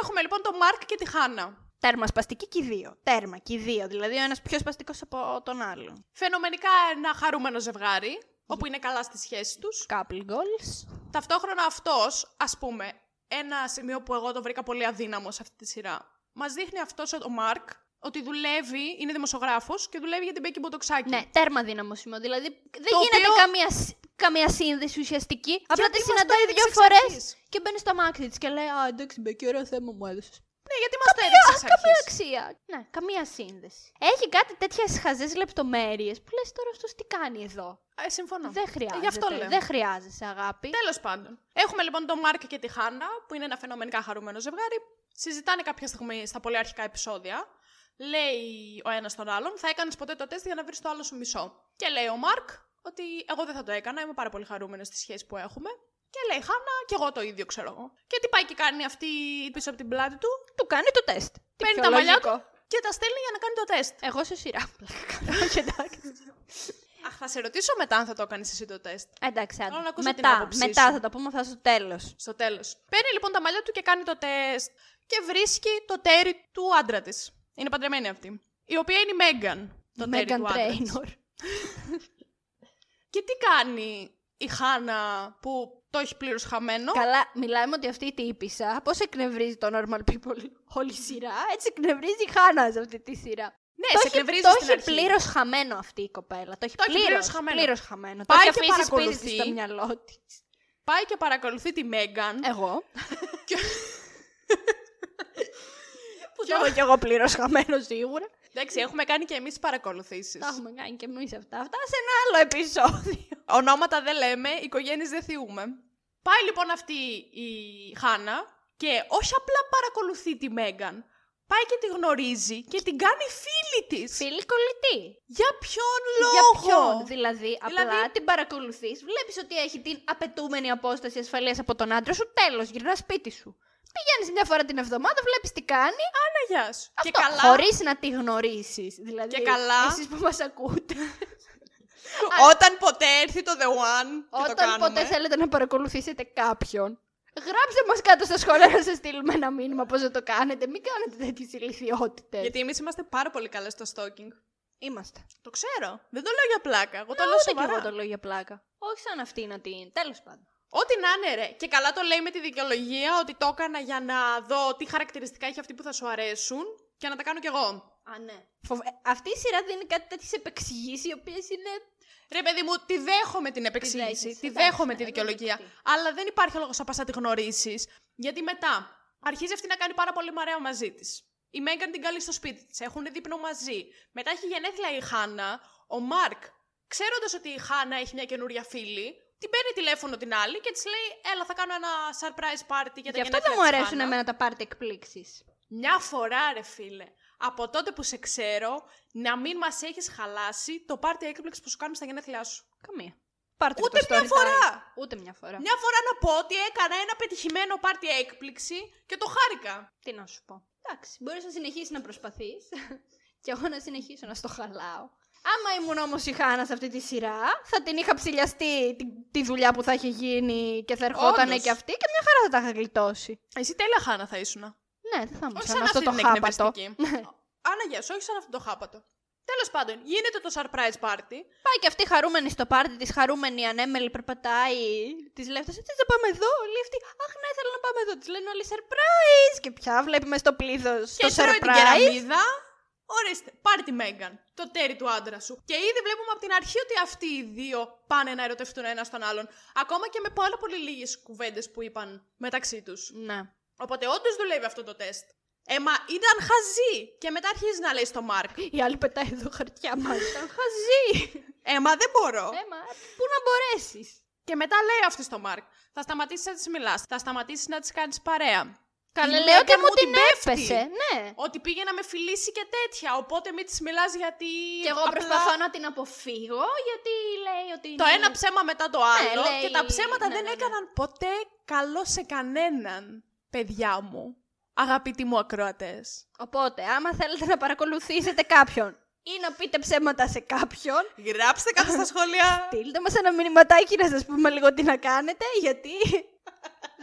Speaker 1: Έχουμε λοιπόν τον Μάρκ και τη Χάνα.
Speaker 2: Τέρμα σπαστική και οι δύο. Τέρμα και οι δύο. Δηλαδή ο ένας πιο σπαστικός από τον άλλο.
Speaker 1: Φαινομενικά ένα χαρούμενο ζευγάρι, όπου είναι καλά στη σχέση τους.
Speaker 2: Couple goals.
Speaker 1: Ταυτόχρονα αυτός, ας πούμε, ένα σημείο που εγώ το βρήκα πολύ αδύναμο σε αυτή τη σειρά. Μας δείχνει αυτός ο Μάρκ ότι δουλεύει, είναι δημοσιογράφος και δουλεύει για την Μπέκη Μποτοξάκη.
Speaker 2: Ναι, τέρμα δυναμωσιμό. Δηλαδή δεν
Speaker 1: Το
Speaker 2: γίνεται
Speaker 1: οποίο-
Speaker 2: καμία, σ- καμία σύνδεση ουσιαστική. Απλά
Speaker 1: Γιατί
Speaker 2: τη
Speaker 1: μας
Speaker 2: συναντάει
Speaker 1: το
Speaker 2: δύο
Speaker 1: έδειξε εξ
Speaker 2: φορέ
Speaker 1: αρχής.
Speaker 2: και μπαίνει στο μάξι της και λέει Α, εντάξει, Μπέκη, ωραίο θέμα μου έδωσες.
Speaker 1: Ναι, γιατί μας το έδειξε εξ
Speaker 2: Καμία
Speaker 1: αρχής.
Speaker 2: αξία. Ναι, καμία σύνδεση. Έχει κάτι τέτοιες χαζές λεπτομέρειες που λες τώρα αυτός τι κάνει εδώ.
Speaker 1: Ε, συμφωνώ.
Speaker 2: Δεν χρειάζεται.
Speaker 1: γι' αυτό λέω.
Speaker 2: Δεν χρειάζεσαι, αγάπη.
Speaker 1: Τέλος πάντων. Έχουμε λοιπόν τον Μάρκ και τη Χάνα, που είναι ένα φαινομενικά χαρούμενο ζευγάρι. Συζητάνε κάποια στιγμή στα πολύ αρχικά επεισόδια. Λέει ο ένας τον άλλον, θα έκανες ποτέ το τεστ για να βρεις το άλλο σου μισό. Και λέει ο Μάρκ ότι εγώ δεν θα το έκανα, είμαι πάρα πολύ χαρούμενος στη σχέση που έχουμε. Και λέει η Χάνα, και εγώ το ίδιο ξέρω εγώ. Και τι πάει και κάνει αυτή πίσω από την πλάτη του,
Speaker 2: Του κάνει το τεστ. Τι
Speaker 1: παίρνει
Speaker 2: πιο
Speaker 1: τα μαλλιά
Speaker 2: λογικό.
Speaker 1: του και τα στέλνει για να κάνει το τεστ.
Speaker 2: Εγώ σε σειρά. Πλάκα. Όχι, εντάξει.
Speaker 1: Αχ, θα σε ρωτήσω μετά αν θα το έκανες εσύ το τεστ.
Speaker 2: Εντάξει, άντε.
Speaker 1: Θέλω να ακούσω την
Speaker 2: Μετά,
Speaker 1: άποψή
Speaker 2: μετά
Speaker 1: σου.
Speaker 2: θα τα πούμε, θα στο τέλος.
Speaker 1: Στο τέλος. Παίρνει λοιπόν τα μαλλιά του και κάνει το τεστ. Και βρίσκει το τέρι του άντρα της. Είναι παντρεμένη αυτή. Η οποία είναι η Μέγαν. Το τέρι
Speaker 2: Μέγαν
Speaker 1: του άντρας. της.
Speaker 2: Τρέινορ.
Speaker 1: Και τι κάνει η Χάνα που το έχει πλήρως χαμένο.
Speaker 2: Καλά, μιλάμε ότι αυτή η τύπησα. Πώς εκνευρίζει το normal people όλη η σειρά, έτσι εκνευρίζει η Χάνα σε αυτή τη σειρά.
Speaker 1: Ναι,
Speaker 2: το
Speaker 1: σε
Speaker 2: έχει,
Speaker 1: εκνευρίζει
Speaker 2: το
Speaker 1: στην
Speaker 2: έχει
Speaker 1: αρχή.
Speaker 2: πλήρως χαμένο αυτή η κοπέλα. Το έχει
Speaker 1: Το έχει πλήρως
Speaker 2: πλήρως
Speaker 1: χαμένο.
Speaker 2: χαμένο. Πλήρως χαμένο.
Speaker 1: Πάει
Speaker 2: το
Speaker 1: και
Speaker 2: έχει αφήσει σπίτι
Speaker 1: παρακολουθεί.
Speaker 2: της στο μυαλό της.
Speaker 1: Πάει και παρακολουθεί τη Μέγαν.
Speaker 2: Εγώ.
Speaker 1: Και-
Speaker 2: που το έχω κι εγώ πλήρως χαμένος σίγουρα.
Speaker 1: Εντάξει, έχουμε κάνει και εμείς παρακολουθήσεις.
Speaker 2: Τα έχουμε κάνει κι εμείς αυτά. Αυτά σε ένα άλλο επεισόδιο.
Speaker 1: Ονόματα δεν λέμε, οικογένειες δεν θυούμε. Πάει λοιπόν αυτή η Χάνα και όχι απλά παρακολουθεί τη Μέγαν. Πάει και τη γνωρίζει και την κάνει φίλη της.
Speaker 2: Φίλη κολλητή.
Speaker 1: Για ποιον
Speaker 2: Για
Speaker 1: λόγο!
Speaker 2: ποιον, δηλαδή, απλά
Speaker 1: Δηλαδή-
Speaker 2: την παρακολουθείς, βλέπεις ότι έχει την απαιτούμενη απόσταση ασφαλείας από τον άντρα σου, τέλος, γυρνάς σπίτι σου. Πηγαίνεις μια φορά την εβδομάδα, βλέπεις τι κάνει,
Speaker 1: Άρα γεια σου. Και
Speaker 2: αυτό,
Speaker 1: καλά.
Speaker 2: χωρίς να τη γνωρίσεις. Δηλαδή,
Speaker 1: Και καλά.
Speaker 2: εσείς που μας ακούτε,
Speaker 1: Όταν ποτέ έρθει το The One. και το
Speaker 2: όταν
Speaker 1: κάνουμε,
Speaker 2: ποτέ θέλετε να παρακολουθήσετε κάποιον, γράψτε μας κάτω στα σχόλια να σας στείλουμε ένα μήνυμα πώς να το κάνετε. Μην κάνετε τέτοιες ηλικιότητες.
Speaker 1: Γιατί εμείς είμαστε πάρα πολύ καλές στο stalking.
Speaker 2: Είμαστε.
Speaker 1: Το ξέρω. Δεν το λέω για πλάκα. Εγώ το
Speaker 2: Μα
Speaker 1: λέω
Speaker 2: ούτε κι εγώ
Speaker 1: σοβαρά.
Speaker 2: το λέω για πλάκα. Όχι σαν αυτή να την... Τέλος πάντων.
Speaker 1: Ό,τι να είναι, ρε. Και καλά το λέει με τη δικαιολογία ότι το έκανα για να δω τι χαρακτηριστικά έχει αυτή που θα σου αρέσουν και να τα κάνω κι εγώ.
Speaker 2: Α, ναι. Αυτή η σειρά δίνει κάτι τέτοιες επεξηγήσεις, οι οποίες είναι...
Speaker 1: Ρε, παιδί μου, τη δέχομαι την επεξήγηση.
Speaker 2: δέχεσαι.
Speaker 1: Τη
Speaker 2: Εντάξει,
Speaker 1: δέχομαι
Speaker 2: ναι,
Speaker 1: τη
Speaker 2: δεν είναι
Speaker 1: δικαιολογία.
Speaker 2: αυτή.
Speaker 1: Αλλά δεν υπάρχει λόγος να πας να τη γνωρίσεις. Γιατί μετά αρχίζει αυτή να κάνει πάρα πολύ μαρέα μαζί της. Η Μέγαν την καλεί στο σπίτι της. Έχουν δείπνο μαζί. Μετά έχει γενέθλια η Χάνα. Ο Μάρκ, ξέροντας ότι η Χάνα έχει μια καινούρια φίλη, την παίρνει τηλέφωνο την άλλη και της λέει: Έλα, θα κάνω ένα surprise party για τα
Speaker 2: Γι' αυτό
Speaker 1: γενέθλια
Speaker 2: δεν μου
Speaker 1: της
Speaker 2: αρέσουν
Speaker 1: Χάνα».
Speaker 2: εμένα τα πάρτι εκπλήξεις.
Speaker 1: Μια φορά, ρε φίλε. Από τότε που σε ξέρω, να μην μας έχεις χαλάσει το πάρτι έκπληξης που σου κάνουμε στα γενέθλιά σου.
Speaker 2: Καμία. Πάρτε
Speaker 1: Ούτε μια φορά! Ναι.
Speaker 2: Ούτε μια φορά.
Speaker 1: Μια φορά να πω ότι έκανα ένα πετυχημένο πάρτι έκπληξη και το χάρηκα.
Speaker 2: Τι να σου πω. Εντάξει, μπορείς να συνεχίσεις να προσπαθείς Και εγώ να συνεχίσω να στο χαλάω. Άμα ήμουν όμως η Χάνα σε αυτή τη σειρά, θα την είχα ψηλιαστεί τη, τη δουλειά που θα είχε γίνει και θα ερχόταν
Speaker 1: Όντως.
Speaker 2: και αυτή και μια χαρά θα τα είχα γλιτώσει.
Speaker 1: Εσύ τέλεια χάνα θα ήσουν.
Speaker 2: Ναι, δεν θα μου
Speaker 1: Όχι
Speaker 2: σαν
Speaker 1: σαν
Speaker 2: αυτό
Speaker 1: αυτή
Speaker 2: το
Speaker 1: την
Speaker 2: χάπατο.
Speaker 1: εκνευριστική. Άνα γεια σου, όχι σαν αυτό το χάπατο. Τέλος πάντων, γίνεται το surprise party.
Speaker 2: Πάει και αυτή χαρούμενη στο πάρτι της, χαρούμενη ανέμελη, περπατάει. Της λέει αυτός, έτσι θα πάμε εδώ. Λέει αυτή, Αχ, ναι, θέλω να πάμε εδώ. Της λένε όλοι surprise. Και πια βλέπουμε στο πλήθος το
Speaker 1: Και τρώει την
Speaker 2: surprise.
Speaker 1: κεραμίδα. Ορίστε, πάρε τη Μέγαν, το τέρι του άντρα σου. Και ήδη βλέπουμε από την αρχή ότι αυτοί οι δύο πάνε να ερωτευτούν ένα τον άλλον. Ακόμα και με πάρα πολύ λίγες κουβέντες που είπαν μεταξύ τους.
Speaker 2: Ναι.
Speaker 1: Οπότε όντως δουλεύει αυτό το τεστ. Ε, μα ήταν χαζή! Και μετά αρχίζεις να λέει στο Μάρκ.
Speaker 2: Η άλλη πετάει εδώ χαρτιά μάλιστα. Χαζή.
Speaker 1: Ε, μα δεν μπορώ.
Speaker 2: Έμα, πού να μπορέσεις.
Speaker 1: Και μετά λέει αυτή στο Μάρκ. Θα σταματήσεις να της μιλάς. Θα σταματήσεις να της κάνεις παρέα.
Speaker 2: Καλά,
Speaker 1: Η
Speaker 2: λέω ότι
Speaker 1: Μέγαν
Speaker 2: μου την
Speaker 1: πέφτει.
Speaker 2: έπεσε. Ναι.
Speaker 1: Ότι πήγε να με φιλήσει και τέτοια. Οπότε μην της μιλάς γιατί.
Speaker 2: Και εγώ
Speaker 1: απλά
Speaker 2: προσπαθώ να την αποφύγω γιατί λέει ότι.
Speaker 1: Το
Speaker 2: είναι-
Speaker 1: ένα ψέμα μετά το άλλο.
Speaker 2: Ναι, λέει-
Speaker 1: Και τα ψέματα
Speaker 2: ναι,
Speaker 1: δεν
Speaker 2: ναι, ναι.
Speaker 1: έκαναν ποτέ καλό σε κανέναν. Παιδιά μου. Αγαπητοί μου ακροατές.
Speaker 2: Οπότε, άμα θέλετε να παρακολουθήσετε κάποιον ή να πείτε ψέματα σε κάποιον,
Speaker 1: Γράψτε κάτω στα σχόλια.
Speaker 2: στείλτε μας ένα μηνυματάκι να σας πούμε λίγο τι να κάνετε, γιατί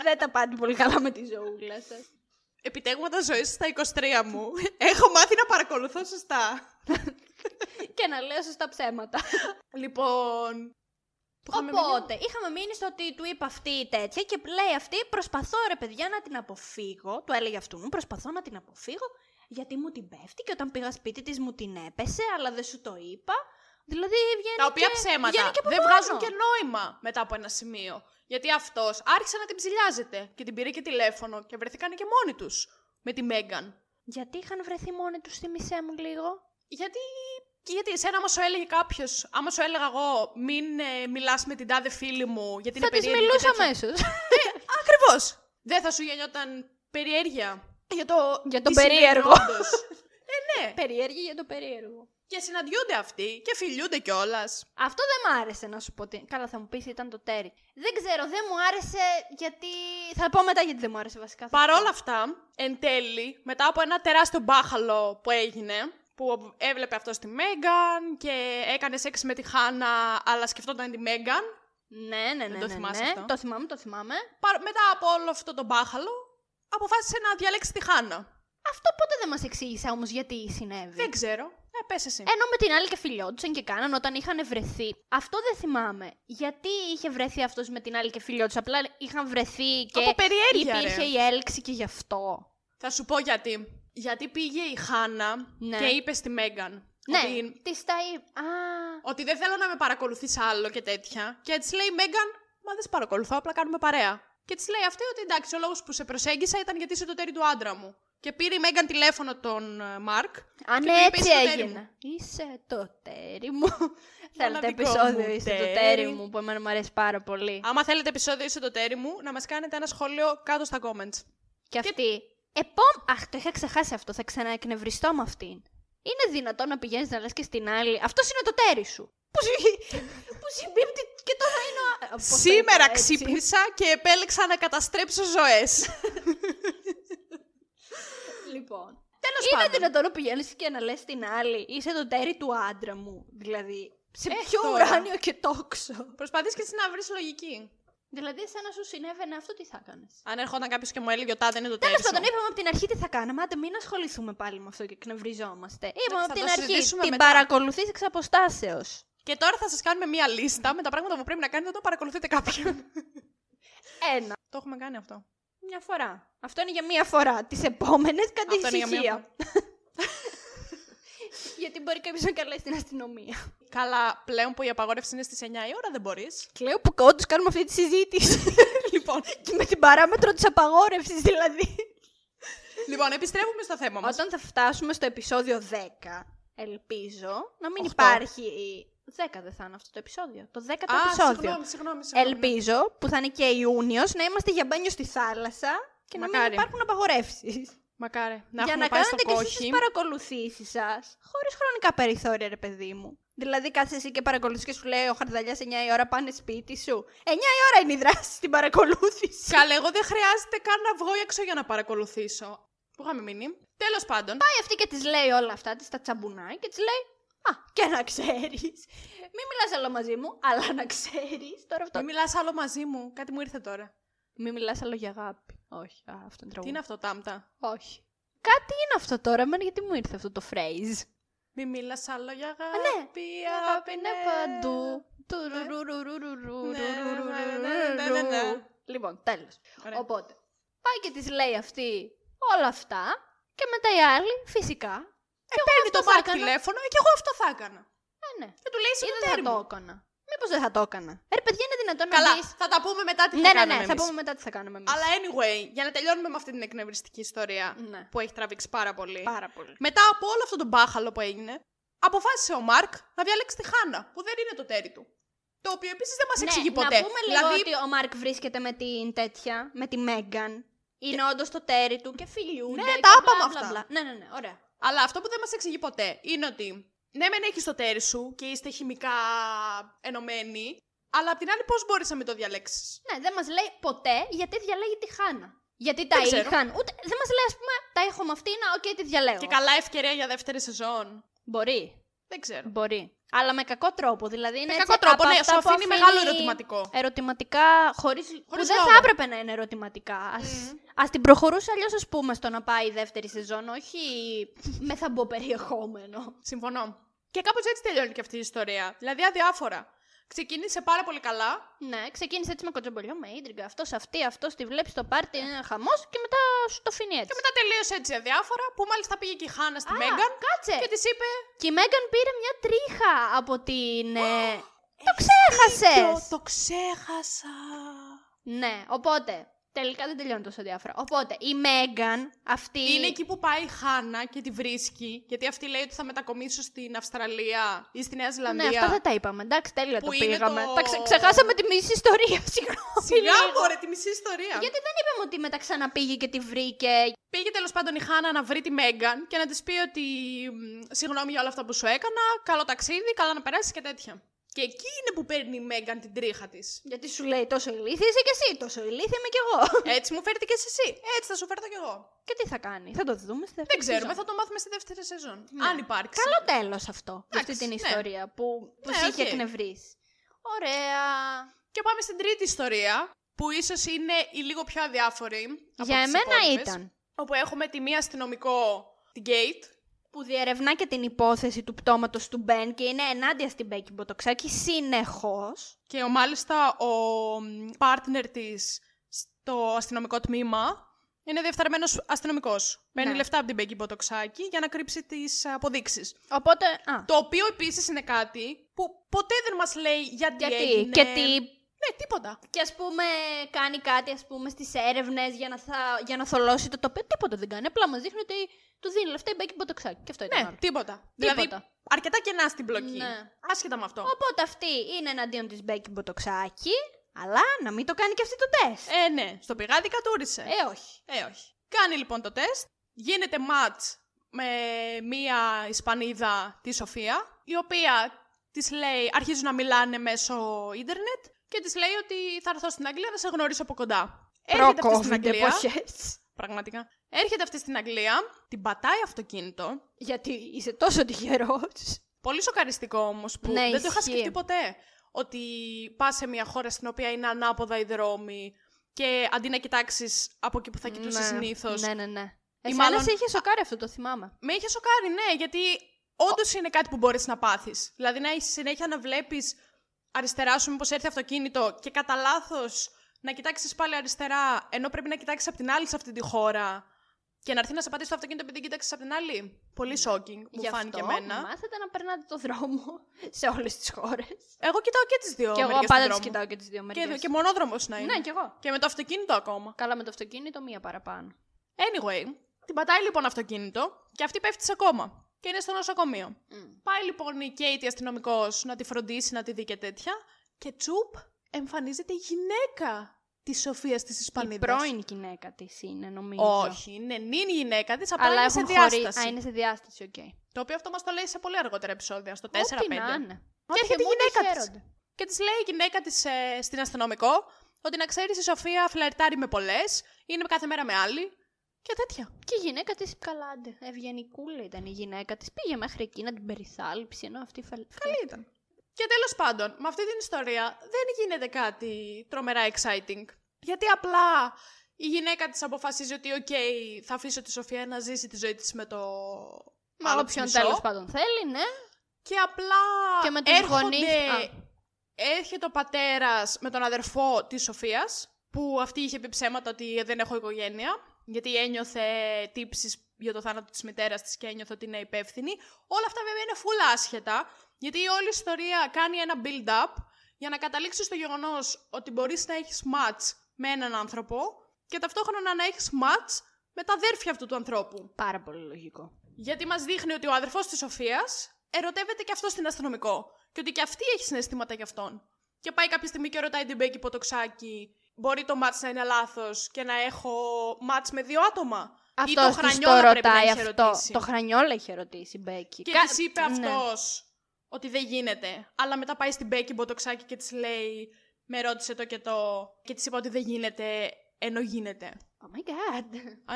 Speaker 2: δεν τα πάτε πολύ καλά με τη ζωούλα σας.
Speaker 1: Επιτέγματα ζωής στα 23 μου. Έχω μάθει να παρακολουθώ σωστά.
Speaker 2: και να λέω σωστά ψέματα.
Speaker 1: Λοιπόν. που είχαμε μείνει.
Speaker 2: Οπότε, είχαμε μείνει στο ότι του είπα αυτή η τέτοια και λέει αυτή, προσπαθώ ρε παιδιά να την αποφύγω. Του έλεγε αυτού μου, προσπαθώ να την αποφύγω γιατί μου την πέφτει και όταν πήγα σπίτι της μου την έπεσε, αλλά δεν σου το είπα. Δηλαδή βγαίνει
Speaker 1: Τα οποία
Speaker 2: και...
Speaker 1: ψέματα
Speaker 2: βγαίνει και από
Speaker 1: δεν
Speaker 2: πάνω.
Speaker 1: βγάζουν και νόημα μετά από ένα σημείο. Γιατί αυτός άρχισε να την ψηλιάζεται και την πήρε και τηλέφωνο και βρεθήκαν και μόνοι τους με τη Μέγαν.
Speaker 2: Γιατί είχαν βρεθεί μόνοι τους, θύμισέ μου λίγο.
Speaker 1: Γιατί, γιατί εσένα, άμα σου έλεγε κάποιος, άμα σου έλεγα εγώ, μην ε, μιλάς με την τάδε φίλη μου, γιατί
Speaker 2: Θα
Speaker 1: είναι
Speaker 2: της
Speaker 1: περίεργη.
Speaker 2: μιλούσα αμέσω.
Speaker 1: Ακριβώς! Δεν θα σου γεννιόταν περιέργεια για το,
Speaker 2: Για τον
Speaker 1: τι συμβαίνει
Speaker 2: περίεργο.
Speaker 1: όντως. ε, ναι.
Speaker 2: Περίεργη για το περίεργο.
Speaker 1: Και συναντιούνται αυτοί και φιλιούνται κιόλας.
Speaker 2: Αυτό δεν μ' άρεσε να σου πω. τι- Καλά, θα μου πεις ήταν το τέρι. Δεν ξέρω, δεν μου άρεσε γιατί. Θα πω μετά γιατί δεν μου άρεσε βασικά.
Speaker 1: Παρ' όλα αυτά, εν τέλει, μετά από ένα τεράστιο μπάχαλο που έγινε, που έβλεπε αυτός τη Μέγαν και έκανε σεξ με τη Χάνα, αλλά σκεφτόταν τη Μέγαν.
Speaker 2: Ναι, ναι, ναι.
Speaker 1: το
Speaker 2: ναι,
Speaker 1: θυμάσαι
Speaker 2: ναι.
Speaker 1: αυτό.
Speaker 2: Το θυμάμαι, το θυμάμαι.
Speaker 1: Παρ- Μετά από όλο αυτό το μπάχαλο, αποφάσισε να διαλέξει τη Χάνα.
Speaker 2: Αυτό πότε δεν μας εξήγησε όμως γιατί συνέβη.
Speaker 1: Δεν ξέρω. Ε, πες εσύ.
Speaker 2: Ενώ με την άλλη και φιλιόντουσαν και κάναν όταν είχαν βρεθεί. Αυτό δεν θυμάμαι. Γιατί είχε βρεθεί αυτός με την άλλη και φιλιόντουσαν. Απλά είχαν βρεθεί και.
Speaker 1: από περιέργεια,
Speaker 2: υπήρχε
Speaker 1: ρε.
Speaker 2: η έλξη και γι' αυτό.
Speaker 1: Θα σου πω γιατί. Γιατί πήγε η Χάνα
Speaker 2: Ναι.
Speaker 1: και είπε στη Μέγαν
Speaker 2: Ναι,
Speaker 1: ότι,
Speaker 2: τη τα είπα. Α,
Speaker 1: ότι δεν θέλω να με παρακολουθείς άλλο και τέτοια. Και έτσι λέει η Μέγαν, μα δεν σε παρακολουθώ, απλά κάνουμε παρέα. Και της λέει αυτή ότι εντάξει, ο λόγος που σε προσέγγισα ήταν γιατί είσαι το τέρι του άντρα μου. Και πήρε η Μέγαν τηλέφωνο τον ε, Μαρκ.
Speaker 2: αν
Speaker 1: του είπε,
Speaker 2: έτσι
Speaker 1: «Είσαι το τέρι
Speaker 2: έγινε. Είσαι το τέρι μου. Θέλετε
Speaker 1: Μοναδικό
Speaker 2: επεισόδιο,
Speaker 1: μου
Speaker 2: είσαι το
Speaker 1: τέρι.
Speaker 2: τέρι μου, που εμένα μου αρέσει πάρα πολύ.
Speaker 1: Άμα θέλετε επεισόδιο είσαι το τέρι μου, να μας κάνετε ένα σχόλιο κάτω στα comments.
Speaker 2: Και αυτή. Επόμενη. Αχ, το είχα ξεχάσει αυτό. Θα ξαναεκνευριστώ με αυτήν. Είναι δυνατό να πηγαίνεις να λες και στην άλλη. Αυτός είναι το τέρι σου. Που, συ- που συμπίπτει και τώρα είναι ο. Α, πώς το
Speaker 1: Σήμερα
Speaker 2: είπα έτσι.
Speaker 1: ξύπνησα και επέλεξα να καταστρέψω ζωές.
Speaker 2: Λοιπόν.
Speaker 1: Τέλος
Speaker 2: Είναι
Speaker 1: πάντων.
Speaker 2: δυνατό να πηγαίνεις και να λες στην άλλη. Είσαι το τέρι του άντρα μου. Δηλαδή. Σε
Speaker 1: Ε,
Speaker 2: ποιο
Speaker 1: τώρα.
Speaker 2: ουράνιο και τόξο.
Speaker 1: Προσπαθείς και εσύ να βρεις λογική.
Speaker 2: Δηλαδή, σαν να σου συνέβαινε αυτό, τι θα έκανες.
Speaker 1: Αν ερχόταν κάποιος και μου έλεγε ότι δεν είναι το
Speaker 2: Τέλος
Speaker 1: τέρι
Speaker 2: πάντων,
Speaker 1: σου.
Speaker 2: είπαμε από την αρχή τι θα κάναμε. Άντε, μην ασχοληθούμε πάλι με αυτό και εκνευριζόμαστε. Είπαμε
Speaker 1: θα
Speaker 2: από την
Speaker 1: το
Speaker 2: αρχή.
Speaker 1: συζητήσουμε
Speaker 2: Την
Speaker 1: μετά.
Speaker 2: παρακολουθείς εξ αποστάσεως.
Speaker 1: Και τώρα θα σας κάνουμε μία λίστα με τα πράγματα που πρέπει να κάνετε όταν παρακολουθείτε κάποιον.
Speaker 2: Ένα.
Speaker 1: το έχουμε κάνει αυτό.
Speaker 2: Μια φορά. Αυτό είναι για μία φορά. Τις επόμενες κάτι
Speaker 1: Αυτό είναι για μία
Speaker 2: ησυχία. Γιατί μπορεί κάποιος να καλέσει την αστυνομία.
Speaker 1: Καλά, πλέον που η απαγόρευση είναι στις 9 η ώρα δεν μπορείς.
Speaker 2: Κλαίω που όντως κάνουμε αυτή τη συζήτηση.
Speaker 1: λοιπόν,
Speaker 2: και με την παράμετρο της απαγόρευσης δηλαδή.
Speaker 1: λοιπόν, επιστρέφουμε στο θέμα μας.
Speaker 2: Όταν θα φτάσουμε στο επεισόδιο 10, ελπίζω να μην
Speaker 1: Οχτώ.
Speaker 2: υπάρχει. 10 δεν θα είναι αυτό το επεισόδιο. Το 10ο επεισόδιο.
Speaker 1: συγγνώμη, συγγνώμη,
Speaker 2: ναι.
Speaker 1: συγγνώμη.
Speaker 2: Ελπίζω που θα είναι και Ιούνιος να είμαστε για μπάνιο στη θάλασσα και να μην
Speaker 1: Μακάρι.
Speaker 2: υπάρχουν απαγορεύσεις.
Speaker 1: Μακάρι, να
Speaker 2: για
Speaker 1: έχουμε
Speaker 2: να
Speaker 1: πάει
Speaker 2: κάνετε
Speaker 1: στο
Speaker 2: και εσείς τις
Speaker 1: κόχι.
Speaker 2: παρακολουθήσεις σας, χωρίς χρονικά περιθώρια ρε παιδί μου. Δηλαδή κάτσε εσύ και παρακολουθείς και σου λέει ο Χαρδαλιάς 9 η ώρα πάνε σπίτι σου. 9 η ώρα είναι η δράση στην παρακολούθηση.
Speaker 1: Καλά, εγώ δεν χρειάζεται καν να βγω έξω για να παρακολουθήσω. Που είχαμε μείνει. Τέλος πάντων.
Speaker 2: Πάει αυτή και της λέει όλα αυτά, της τα τσαμπουνάει και της λέει. Α, και να ξέρεις. Μην μιλάς άλλο μαζί μου, αλλά να ξέρεις. Τώρα αυτό.
Speaker 1: Μην μιλάς άλλο μαζί μου. Κάτι μου ήρθε τώρα.
Speaker 2: Μην μιλάς άλλο για αγάπη. Όχι, α, αυτό είναι
Speaker 1: Τι
Speaker 2: τραγούδι.
Speaker 1: είναι αυτό, Τάμτα.
Speaker 2: Όχι. Κάτι είναι αυτό τώρα, εμένα γιατί μου ήρθε αυτό το phrase.
Speaker 1: Μην μιλάς άλλο για αγάπη.
Speaker 2: ναι.
Speaker 1: αγάπη,
Speaker 2: Η αγάπη είναι
Speaker 1: ναι.
Speaker 2: παντού.
Speaker 1: Ναι, ναι, ναι, ναι, ναι.
Speaker 2: Λοιπόν, τέλος.
Speaker 1: Ωραία.
Speaker 2: Οπότε, πάει και της λέει αυτή όλα αυτά και μετά η άλλη, φυσικά.
Speaker 1: Παίρνει το
Speaker 2: αυτό θα
Speaker 1: Μάρκ
Speaker 2: έκανα.
Speaker 1: τηλέφωνο και εγώ αυτό θα έκανα.
Speaker 2: Ναι, ναι.
Speaker 1: Και του λέει
Speaker 2: Ή δεν θα
Speaker 1: συγγνώμη.
Speaker 2: το έκανα. Μήπως δεν θα το έκανα. Ε, ρε, παιδιά, είναι δυνατόν να
Speaker 1: Καλά,
Speaker 2: πεις-
Speaker 1: θα τα πούμε μετά τι
Speaker 2: Ναι,
Speaker 1: θα
Speaker 2: ναι,
Speaker 1: κάνουμε
Speaker 2: ναι. Θα
Speaker 1: εμείς.
Speaker 2: πούμε μετά τι θα κάνουμε εμείς.
Speaker 1: Αλλά anyway, για να τελειώνουμε με αυτή την εκνευριστική ιστορία
Speaker 2: Ναι.
Speaker 1: που έχει τραβήξει πάρα πολύ.
Speaker 2: Πάρα πολύ.
Speaker 1: Μετά από όλο αυτό το μπάχαλο που έγινε, αποφάσισε ο Μάρκ να διαλέξει τη Χάνα, που δεν είναι το τέρι του. Το οποίο επίσης δεν μας εξηγεί ποτέ.
Speaker 2: Ναι, Να πούμε λίγο
Speaker 1: δηλαδή,
Speaker 2: ότι ο Μάρκ βρίσκεται με την τέτοια, με τη Μέγαν. Είναι όντως όντως το τέρι του και φιλιούνται.
Speaker 1: Ναι,
Speaker 2: και
Speaker 1: τα
Speaker 2: μπλα,
Speaker 1: είπαμε
Speaker 2: μπλα,
Speaker 1: αυτά.
Speaker 2: μπλα. Ναι, ναι, ναι, ωραία.
Speaker 1: Αλλά αυτό που δεν μας εξηγεί ποτέ είναι ότι ναι, μεν έχεις το τέρι σου και είστε χημικά ενωμένοι, αλλά απ' την άλλη, πώς μπορείς να μην το διαλέξεις.
Speaker 2: Ναι, δεν μας λέει ποτέ γιατί διαλέγει τη Χάνα. Γιατί τα
Speaker 1: Δεν ξέρω.
Speaker 2: είχαν. Ούτε, δεν μας λέει, ας πούμε, τα έχω με αυτήν, να, οκ, τη διαλέγω.
Speaker 1: Και καλά ευκαιρία για δεύτερη σεζόν.
Speaker 2: Μπορεί.
Speaker 1: Δεν ξέρω.
Speaker 2: Μπορεί. Αλλά με κακό τρόπο. Δηλαδή είναι
Speaker 1: Με
Speaker 2: έτσι
Speaker 1: κακό τρόπο,
Speaker 2: από
Speaker 1: ναι,
Speaker 2: αυτά
Speaker 1: σου
Speaker 2: που
Speaker 1: αφήνει μεγάλο ερωτηματικό.
Speaker 2: Ερωτηματικά, χωρίς. που
Speaker 1: Χωρίς
Speaker 2: δεν
Speaker 1: λόγο.
Speaker 2: θα έπρεπε να είναι ερωτηματικά. Ας την προχωρούσε αλλιώς, ας πούμε, στο να πάει η δεύτερη σεζόν, όχι με θα μπω περιεχόμενο.
Speaker 1: Συμφωνώ. Και κάπως έτσι τελειώνει και αυτή η ιστορία. Δηλαδή, αδιάφορα. Ξεκίνησε πάρα πολύ καλά,
Speaker 2: Ναι, ξεκίνησε έτσι με κοτσομπολιό, με ίντριγκα. Αυτός αυτή, αυτός τη βλέπεις στο πάρτι, είναι χαμός και μετά σου το αφήνει έτσι.
Speaker 1: Και μετά τελείωσε έτσι αδιάφορα, που μάλιστα πήγε και η Χάνα στη
Speaker 2: Α, ε.
Speaker 1: Μέγαν
Speaker 2: Κάτσε!
Speaker 1: και της είπε.
Speaker 2: Και η Μέγαν πήρε μια τρίχα από την. ε, το ξέχασε!
Speaker 1: Το, το ξέχασα.
Speaker 2: Ναι, οπότε. Τελικά δεν τελειώνει τόσο διάφορα. Οπότε η Μέγαν αυτή.
Speaker 1: Είναι εκεί που πάει η Χάνα και τη βρίσκει, γιατί αυτή λέει ότι θα μετακομίσω στην Αυστραλία ή στη Νέα Ζηλανδία.
Speaker 2: Ναι, αυτά δεν τα είπαμε. Εντάξει, τέλεια
Speaker 1: Που
Speaker 2: το
Speaker 1: είναι
Speaker 2: πήγαμε.
Speaker 1: το-
Speaker 2: Τα ξε- ξεχάσαμε τη μισή ιστορία, συγγνώμη.
Speaker 1: Σιγά
Speaker 2: λίγο.
Speaker 1: μωρέ, τη μισή ιστορία.
Speaker 2: Γιατί δεν είπαμε ότι μετά ξαναπήγε και τη βρήκε.
Speaker 1: Πήγε τέλος πάντων η Χάνα να βρει τη Μέγαν και να της πει ότι μ, συγγνώμη για όλα αυτά που σου έκανα, καλό ταξίδι, καλά να περάσεις και τέτοια. Και εκεί είναι που παίρνει η Μέγαν την τρίχα της.
Speaker 2: Γιατί σου λέει τόσο ηλίθια είσαι και εσύ, τόσο ηλίθια είμαι κι εγώ.
Speaker 1: Έτσι μου φέρετε και εσύ. Έτσι θα σου φέρω κι εγώ.
Speaker 2: και τι θα κάνει, θα το δούμε στη
Speaker 1: Δεν
Speaker 2: δεύτερη.
Speaker 1: ξέρουμε,
Speaker 2: σεζόν.
Speaker 1: θα το μάθουμε στη δεύτερη σεζόν.
Speaker 2: Ναι.
Speaker 1: Αν υπάρξει.
Speaker 2: Καλό τέλος αυτό. Για αυτή
Speaker 1: Εντάξει,
Speaker 2: την
Speaker 1: ναι.
Speaker 2: ιστορία που, που
Speaker 1: Ναι,
Speaker 2: σε είχε
Speaker 1: οκ.
Speaker 2: εκνευρίσει. Ωραία.
Speaker 1: Και πάμε στην τρίτη ιστορία, που ίσως είναι η λίγο πιο αδιάφορη. από
Speaker 2: Για
Speaker 1: τις
Speaker 2: εμένα
Speaker 1: υπόλοιπες,
Speaker 2: ήταν.
Speaker 1: Όπου έχουμε τη μία αστυνομικό, την Γκέιτ.
Speaker 2: Που διερευνά και την υπόθεση του πτώματος του Μπεν και είναι ενάντια στην Μπέκη Μποτοξάκη συνεχώς.
Speaker 1: Και ο, μάλιστα ο μ, partner της στο αστυνομικό τμήμα είναι διεφθαρμένος αστυνομικός. Παίρνει
Speaker 2: Ναι.
Speaker 1: λεφτά από την Μπέγκη Μποτοξάκη για να κρύψει τις αποδείξεις.
Speaker 2: Οπότε. Α,
Speaker 1: Το οποίο επίσης είναι κάτι που ποτέ δεν μας λέει γιατί,
Speaker 2: γιατί.
Speaker 1: έγινε.
Speaker 2: Και τι
Speaker 1: Ναι, τίποτα.
Speaker 2: Και ας πούμε κάνει κάτι ας πούμε στις έρευνες για να, θα, για να θολώσει το τοπίο. Τίποτα δεν κάνει. Απλά μας δείχνει ότι του δίνει λεφτά η Μπέκη Μποτοξάκη. Και αυτό ήταν
Speaker 1: Ναι,
Speaker 2: άλλο.
Speaker 1: τίποτα. Δηλαδή,
Speaker 2: Τίποτα.
Speaker 1: αρκετά κενά στην πλοκή.
Speaker 2: Ναι.
Speaker 1: Άσχετα με αυτό.
Speaker 2: Οπότε αυτή είναι εναντίον της Μπέκη Μποτοξάκη. Αλλά να μην το κάνει και αυτή το τεστ.
Speaker 1: Ε, ναι, στο πηγάδι κατούρισε.
Speaker 2: Ε, όχι.
Speaker 1: Ε, όχι. Κάνει λοιπόν το τεστ. Γίνεται μάτς με μία Ισπανίδα, τη Σοφία, η οποία της λέει, αρχίζουν να μιλάνε μέσω ίντερνετ και της λέει ότι θα έρθω στην Αγγλία να σε γνωρίσω από κοντά. Έρχεται αυτή στην Αγγλία.
Speaker 2: εποχές.
Speaker 1: Πραγματικά. Έρχεται αυτή στην Αγγλία, την πατάει αυτοκίνητο.
Speaker 2: Γιατί είσαι τόσο τυχερός.
Speaker 1: Πολύ σοκαριστικό όμως που
Speaker 2: Ναι,
Speaker 1: δεν το είχα
Speaker 2: ισχύει.
Speaker 1: σκεφτεί ποτέ. Ότι πας σε μια χώρα στην οποία είναι ανάποδα οι δρόμοι και αντί να κοιτάξεις από εκεί που θα κοιτούσες συνήθως.
Speaker 2: Ναι, ναι, ναι.
Speaker 1: Ή
Speaker 2: Εσένα
Speaker 1: μάλλον-
Speaker 2: σε είχε σοκάρει αυτό, το θυμάμαι.
Speaker 1: Με είχε σοκάρει, ναι, γιατί όντως είναι κάτι που μπορείς να πάθεις. Δηλαδή να έχεις συνέχεια να βλέπεις αριστερά σου, μήπως έρθει αυτοκίνητο και κατά λάθος να κοιτάξεις πάλι αριστερά, ενώ πρέπει να κοιτάξεις από την άλλη σε αυτή τη χώρα. Και να έρθει να σε πατήσει το αυτοκίνητο επειδή κοίταξες από την άλλη. Πολύ shocking, μου
Speaker 2: Ναι. Γι'
Speaker 1: φάνηκε
Speaker 2: αυτό
Speaker 1: εμένα.
Speaker 2: μάθατε να περνάτε το δρόμο σε όλες τις χώρες.
Speaker 1: Εγώ κοιτάω και τις δύο.
Speaker 2: Και εγώ
Speaker 1: μερικές
Speaker 2: πάντα
Speaker 1: στον δρόμο.
Speaker 2: τις κοιτάω και τις δύο μεριές.
Speaker 1: Και, και μονόδρομος να είναι.
Speaker 2: Ναι, κι εγώ.
Speaker 1: Και με το αυτοκίνητο ακόμα.
Speaker 2: Καλά με το αυτοκίνητο, μία παραπάνω.
Speaker 1: Anyway, την πατάει λοιπόν αυτοκίνητο και αυτή πέφτει σε κόμμα. Και είναι στο νοσοκομείο. Πάει λοιπόν η Κέιτι αστυνομικός να τη φροντίσει, να τη δει και τέτοια. Και τσουπ εμφανίζεται η γυναίκα της Σοφίας της
Speaker 2: Η
Speaker 1: Ισπανίδα.
Speaker 2: πρώην γυναίκα της είναι, νομίζω.
Speaker 1: Όχι, είναι νυν η γυναίκα της, απλά
Speaker 2: Αλλά
Speaker 1: είναι σε
Speaker 2: έχουν χωρί-
Speaker 1: διάσταση.
Speaker 2: Α, είναι σε διάσταση, οκ. Okay.
Speaker 1: Το οποίο αυτό μας το λέει σε πολύ αργότερα επεισόδια, στο 4-5.
Speaker 2: Και
Speaker 1: έρχεται η γυναίκα της. Και της λέει η γυναίκα ε, τη στην αστυνομικό ότι να ξέρεις η Σοφία φλερτάρει με πολλές, είναι κάθε μέρα με άλλη. και τέτοια.
Speaker 2: Και η γυναίκα της καλά, ντε, ευγενικούλα ήταν η γυναίκα της. Πήγε μέχρι εκεί να την περιθάλψει, ενώ αυτή φαλ...
Speaker 1: Καλή ήταν. Και τέλος πάντων, με αυτή την ιστορία δεν γίνεται κάτι τρομερά exciting. Γιατί απλά η γυναίκα της αποφασίζει ότι οκ, θα αφήσω τη Σοφία να ζήσει τη ζωή της με το
Speaker 2: Μάλλον
Speaker 1: άλλο
Speaker 2: ποιον
Speaker 1: μισό».
Speaker 2: τέλος πάντων θέλει, ναι.
Speaker 1: Και απλά
Speaker 2: Και με τους
Speaker 1: έρχονται...
Speaker 2: γονείς, α.
Speaker 1: Έρχεται ο πατέρας με τον αδερφό της Σοφίας, που αυτή είχε πει ψέματα ότι δεν έχω οικογένεια, γιατί ένιωθε τύψεις για το θάνατο της μητέρας της και ένιωθε ότι είναι υπεύθυνη. Όλα αυτά βέβαια είναι φουλ άσχετα, γιατί η όλη ιστορία κάνει ένα build-up για να καταλήξει στο γεγονός ότι μπορείς να έχεις match με έναν άνθρωπο και ταυτόχρονα να έχεις match με τα αδέρφια αυτού του ανθρώπου.
Speaker 2: Πάρα πολύ λογικό.
Speaker 1: Γιατί μας δείχνει ότι ο αδερφός της Σοφίας ερωτεύεται και αυτό στην αστυνομικό. Και ότι και αυτή έχει συναισθήματα για αυτόν. Και πάει κάποια στιγμή και ρωτάει την Μπέκη Ποτοξάκη, μπορεί το μάτς να είναι λάθος και να έχω μάτς με δύο άτομα.
Speaker 2: Αυτό
Speaker 1: το
Speaker 2: τη το
Speaker 1: Χρανιόλα πρέπει να
Speaker 2: ρωτάει
Speaker 1: είχε
Speaker 2: αυτό.
Speaker 1: ρωτήσει.
Speaker 2: Το χρανιόλα είχε ρωτήσει η Μπέκη.
Speaker 1: Και
Speaker 2: Κα-
Speaker 1: της είπε
Speaker 2: ναι.
Speaker 1: αυτός ότι δεν γίνεται. Αλλά μετά πάει στην Μπέκη Μποτοξάκη και της λέει: Με ρώτησε το και το. Και της είπα ότι δεν γίνεται, ενώ γίνεται.
Speaker 2: Oh my god.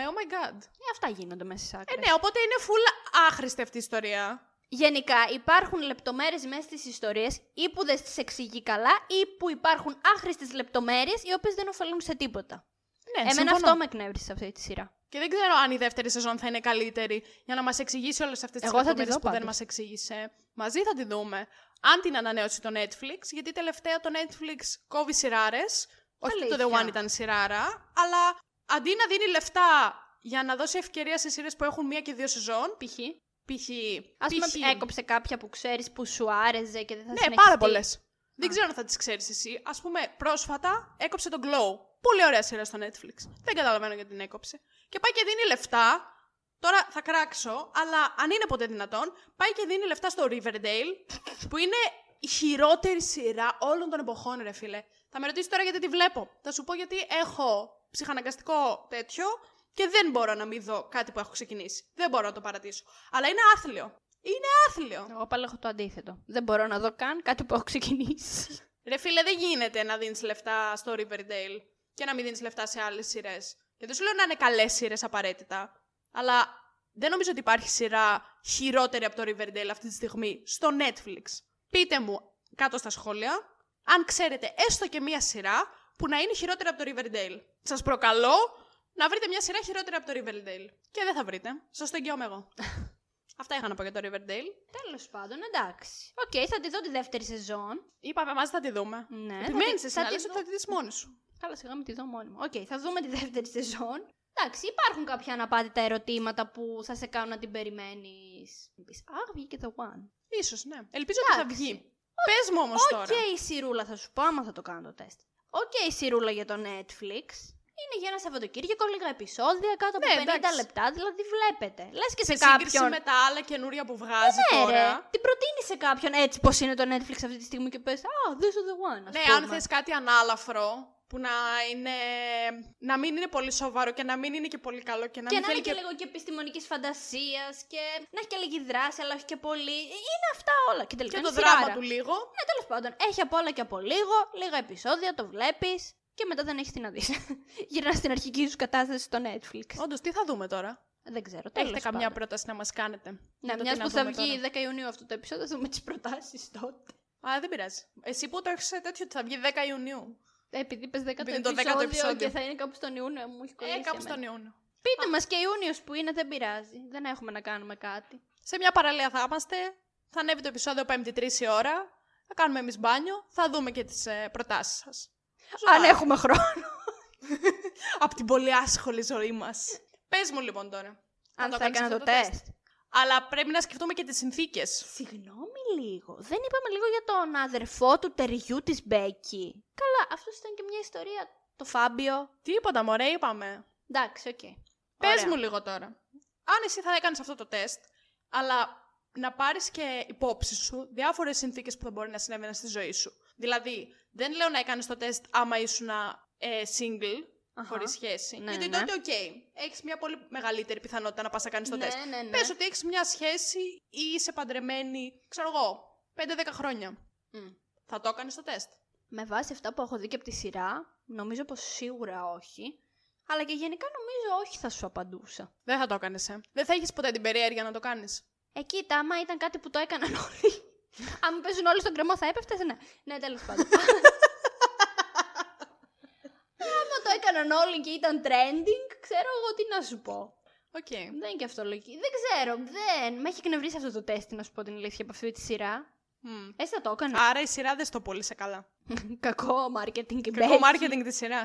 Speaker 1: I, oh my god.
Speaker 2: Ε, αυτά γίνονται μέσα στις άκρες.
Speaker 1: Ε, ναι, οπότε είναι full άχρηστη αυτή η ιστορία.
Speaker 2: Γενικά υπάρχουν λεπτομέρειες μέσα στις ιστορίες ή που δεν τις εξηγεί καλά ή που υπάρχουν άχρηστες λεπτομέρειες οι οποίες δεν ωφελούν σε τίποτα.
Speaker 1: Ναι,
Speaker 2: Εμένα
Speaker 1: συμφωνώ.
Speaker 2: αυτό με εκνεύρισε σε αυτή τη σειρά.
Speaker 1: Και δεν ξέρω αν η δεύτερη σεζόν θα είναι καλύτερη για να μας εξηγήσει όλες αυτές τις
Speaker 2: Εγώ θα τη
Speaker 1: λεπτομέρειες
Speaker 2: δω
Speaker 1: που δεν μα
Speaker 2: πάντως.
Speaker 1: εξήγησε. Μαζί θα τη δούμε. Αν την ανανέωσει το Netflix, γιατί τελευταία το Netflix κόβει σειράρες. Όχι ότι το The
Speaker 2: Αλήθεια.
Speaker 1: One ήταν σειράρα, αλλά αντί να δίνει λεφτά για να δώσει ευκαιρία σε σειρές που έχουν μία και δύο σεζόν,
Speaker 2: Π.χ.
Speaker 1: π.χ.
Speaker 2: Ας πούμε,
Speaker 1: π.χ.
Speaker 2: έκοψε κάποια που ξέρεις που σου άρεσε και δεν θα
Speaker 1: Ναι,
Speaker 2: συνεχιστεί.
Speaker 1: πάρα πολλές. Δεν ξέρω αν θα τις ξέρεις εσύ. Ας πούμε, πρόσφατα έκοψε τον Glow. Πολύ ωραία σειρά στο Netflix. Δεν καταλαβαίνω γιατί την έκοψε. Και πάει και δίνει λεφτά. Τώρα θα κράξω, αλλά αν είναι ποτέ δυνατόν, πάει και δίνει λεφτά στο Riverdale, που είναι η χειρότερη σειρά όλων των εποχών, ρε φίλε. Θα με ρωτήσεις τώρα γιατί τη βλέπω. Θα σου πω γιατί έχω ψυχαναγκαστικό τέτοιο και δεν μπορώ να μην δω κάτι που έχω ξεκινήσει. Δεν μπορώ να το παρατήσω. Αλλά είναι άθλιο. Είναι άθλιο.
Speaker 2: Εγώ πάλι έχω το αντίθετο. Δεν μπορώ να δω καν κάτι που έχω ξεκινήσει.
Speaker 1: Ρε φίλε, δεν γίνεται να δίνεις λεφτά στο Riverdale και να μην δίνεις λεφτά σε άλλες σειρές. Και δεν σου λέω να είναι καλές σειρές απαραίτητα. Αλλά δεν νομίζω ότι υπάρχει σειρά χειρότερη από το Riverdale αυτή τη στιγμή στο Netflix. Πείτε μου κάτω στα σχόλια αν ξέρετε έστω και μία σειρά που να είναι χειρότερη από το Riverdale. Σας προκαλώ να βρείτε μία σειρά χειρότερη από το Riverdale. Και δεν θα βρείτε. Σας το εγγυώμαι εγώ. Αυτά είχα να πω για το Riverdale.
Speaker 2: Τέλος πάντων, εντάξει. Οκ, θα τη δω τη δεύτερη σεζόν.
Speaker 1: Είπαμε μαζί θα τη δούμε.
Speaker 2: Ναι, θα τη-
Speaker 1: Επιμένεις εσύ
Speaker 2: θα
Speaker 1: να
Speaker 2: τη
Speaker 1: λες ότι
Speaker 2: δω.
Speaker 1: θα τη δεις μόνη σου.
Speaker 2: Καλά, σιγά με τη δω μόνη μου. Οκ, θα δούμε τη δεύτερη σεζόν. Εντάξει, υπάρχουν κάποια αναπάντητα ερωτήματα που θα σε κάνουν να την περιμένεις. Αχ, βγήκε το One.
Speaker 1: Ίσως, ναι. Ελπίζω ότι θα
Speaker 2: Εντάξει.
Speaker 1: βγει. Πες μου όμως
Speaker 2: Οκ,
Speaker 1: τώρα.
Speaker 2: η Σιρούλα, θα σου πω άμα θα το κάνω το τεστ. Οκ, η Σιρούλα για το Netflix. Είναι για ένα Σαββατοκύριακο, λίγα επεισόδια, κάτω από
Speaker 1: Ναι,
Speaker 2: 50
Speaker 1: εντάξει.
Speaker 2: λεπτά, δηλαδή βλέπετε. Λες και σε,
Speaker 1: Σε σύγκριση
Speaker 2: κάποιον.
Speaker 1: με τα άλλα καινούρια που βγάζει
Speaker 2: Ναι, ρε,
Speaker 1: τώρα.
Speaker 2: την προτείνεις σε κάποιον έτσι πώ είναι το Netflix αυτή τη στιγμή και πες. Α, this is the one. ας
Speaker 1: Ναι,
Speaker 2: πούμε.
Speaker 1: αν θες κάτι ανάλαφρο που να, είναι, να μην είναι πολύ σοβαρό και να μην είναι και πολύ καλό και να μην
Speaker 2: Και να είναι
Speaker 1: θέλει
Speaker 2: και
Speaker 1: και...
Speaker 2: λίγο και επιστημονικής φαντασίας και να έχει και λίγη δράση, αλλά όχι και πολύ. Ε, Είναι αυτά όλα. Και τελικά
Speaker 1: και
Speaker 2: είναι
Speaker 1: το δράμα
Speaker 2: σειράρα.
Speaker 1: του λίγο.
Speaker 2: Ναι, τέλος πάντων. Έχει από όλα και από λίγο, λίγα επεισόδια, το βλέπεις και μετά δεν έχεις τι να δεις. Γυρνάς στην αρχική σου κατάσταση στο Netflix.
Speaker 1: Όντως, τι θα δούμε τώρα.
Speaker 2: Δεν ξέρω. Τέλος
Speaker 1: Έχετε καμιά
Speaker 2: πάντων.
Speaker 1: πρόταση να μας κάνετε. για
Speaker 2: Ναι,
Speaker 1: το τι
Speaker 2: μιας που θα
Speaker 1: δούμε
Speaker 2: βγει 10 Ιουνίου αυτό το επεισόδιο, θα δούμε τις προτάσεις τότε.
Speaker 1: τώρα. Α, δεν πειράζει. Εσύ που το έχεις σε τέτοιο ότι θα βγει 10 Ιουνίου.
Speaker 2: Ε, Επειδή πες 10 το
Speaker 1: Επειδή είναι το
Speaker 2: επεισόδιο,
Speaker 1: 10ο επεισόδιο.
Speaker 2: και θα είναι κάπου στον Ιούνιο, μου έχει κολλήσει.
Speaker 1: Ε, κάπου
Speaker 2: εμένα.
Speaker 1: στον Ιούνιο.
Speaker 2: Πείτε μας και Ιούνιος που είναι, δεν πειράζει. Δεν έχουμε να κάνουμε κάτι.
Speaker 1: Σε μια παραλία θα είμαστε. Θα ανέβει το επεισόδιο 5η-3 η ώρα. Θα κάνουμε εμείς μπάνιο. Θα δούμε και τις ε, προτάσεις σας.
Speaker 2: Αν έχουμε χρόνο.
Speaker 1: Από την πολύ άσχολη ζωή μας. Πες μου λοιπόν τώρα.
Speaker 2: Αν
Speaker 1: το
Speaker 2: θα
Speaker 1: κάνεις
Speaker 2: έκανα
Speaker 1: αυτό
Speaker 2: το τεστ.
Speaker 1: Αλλά πρέπει να σκεφτούμε και τις συνθήκες.
Speaker 2: Συγγνώμη λίγο. Δεν είπαμε λίγο για τον αδερφό του τεριού της Μπέκη. Καλά, αυτός ήταν και μια ιστορία. Το Φάμπιο.
Speaker 1: Τίποτα, μωρέ, είπαμε.
Speaker 2: Εντάξει, οκ.
Speaker 1: Πες
Speaker 2: Ωραία.
Speaker 1: μου λίγο τώρα. Αν εσύ θα έκανες αυτό το τεστ, αλλά να πάρεις και υπόψη σου διάφορες συνθήκες που θα μπορεί να συνέβαιναν στη ζωή σου. Δηλαδή, δεν λέω να έκανες το τεστ άμα ήσουν ε, single,
Speaker 2: Αχα.
Speaker 1: χωρίς σχέση.
Speaker 2: Ναι,
Speaker 1: γιατί
Speaker 2: ναι.
Speaker 1: τότε, οκ, έχεις μια πολύ μεγαλύτερη πιθανότητα να πας να κάνεις το
Speaker 2: ναι,
Speaker 1: τεστ.
Speaker 2: ναι, ναι.
Speaker 1: Πες ότι έχεις μια σχέση ή είσαι παντρεμένη, ξέρω εγώ, 5-10 χρόνια.
Speaker 2: Μμ.
Speaker 1: Θα το έκανες το τεστ.
Speaker 2: Με βάση αυτά που έχω δει και από τη σειρά, νομίζω πως σίγουρα όχι. Αλλά και γενικά νομίζω όχι θα σου απαντούσα.
Speaker 1: Δεν θα το έκανες. Ε. Δεν θα είχες ποτέ την περιέργεια να το κάνεις.
Speaker 2: Ε, κοίτα, άμα ήταν κάτι που το έκαναν όλοι. Αν παίζουν όλοι στον κρεμό, θα έπεφτε. Ναι, ναι τέλος πάντων. άμα το έκαναν όλοι και ήταν trending, ξέρω εγώ τι να σου πω.
Speaker 1: Οκ.
Speaker 2: Δεν είναι και αυτό λογική. Δεν ξέρω, δεν. Με έχει εκνευρίσει αυτό το τεστ, να σου πω την αλήθεια από αυτή τη σειρά.
Speaker 1: Μμ.
Speaker 2: Έτσι θα το έκανα.
Speaker 1: Άρα η σειρά δεν στο πολύ σε καλά.
Speaker 2: Κακό marketing και
Speaker 1: Κακό marketing της σειράς.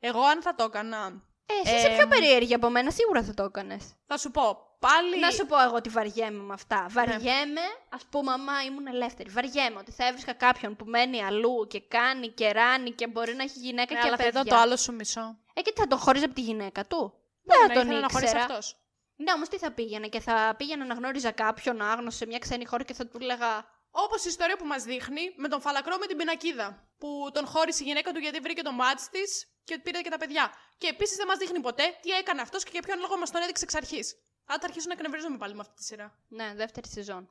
Speaker 1: Εγώ αν θα το έκανα.
Speaker 2: Ε, εσύ είσαι
Speaker 1: Ε,
Speaker 2: πιο
Speaker 1: μ.
Speaker 2: περίεργη από μένα, σίγουρα θα το έκανες.
Speaker 1: Θα σου πω. Πάλι.
Speaker 2: Να σου πω εγώ τι βαριέμαι με
Speaker 1: Ναι.
Speaker 2: αυτά. Βαριέμαι, ας πούμε, άμα ήμουν ελεύθερη. Βαριέμαι ότι θα έβρισκα κάποιον που μένει αλλού και κάνει και ράνει και μπορεί να έχει γυναίκα
Speaker 1: Ναι,
Speaker 2: και
Speaker 1: αλλά θα
Speaker 2: παιδιά.
Speaker 1: ήταν το άλλο σου μισό.
Speaker 2: Ε, και τι θα τον χώριζε από τη γυναίκα του.
Speaker 1: Μπορεί να
Speaker 2: Δεν θα τον
Speaker 1: ναι, ήθελα να χωρίσει
Speaker 2: ήξερα.
Speaker 1: αυτός.
Speaker 2: Ναι, όμως τι θα πήγαινα και θα πήγαινα να γνώριζα κάποιον άγνωστο σε μια ξένη χώρα και θα του έλεγα.
Speaker 1: Όπως η ιστορία που μας δείχνει με τον Φαλακρό με την πινακίδα. Που τον χώρισε η γυναίκα του γιατί βρήκε το μάτι της και πήρε και τα παιδιά. Και επίσης δεν μας δείχνει ποτέ τι έκανε αυτός και για ποιον λόγο μας τον έδειξε εξ αρχής. Αν θα αρχίσω να εκνευρίζομαι πάλι με αυτή τη σειρά.
Speaker 2: Ναι, δεύτερη σεζόν.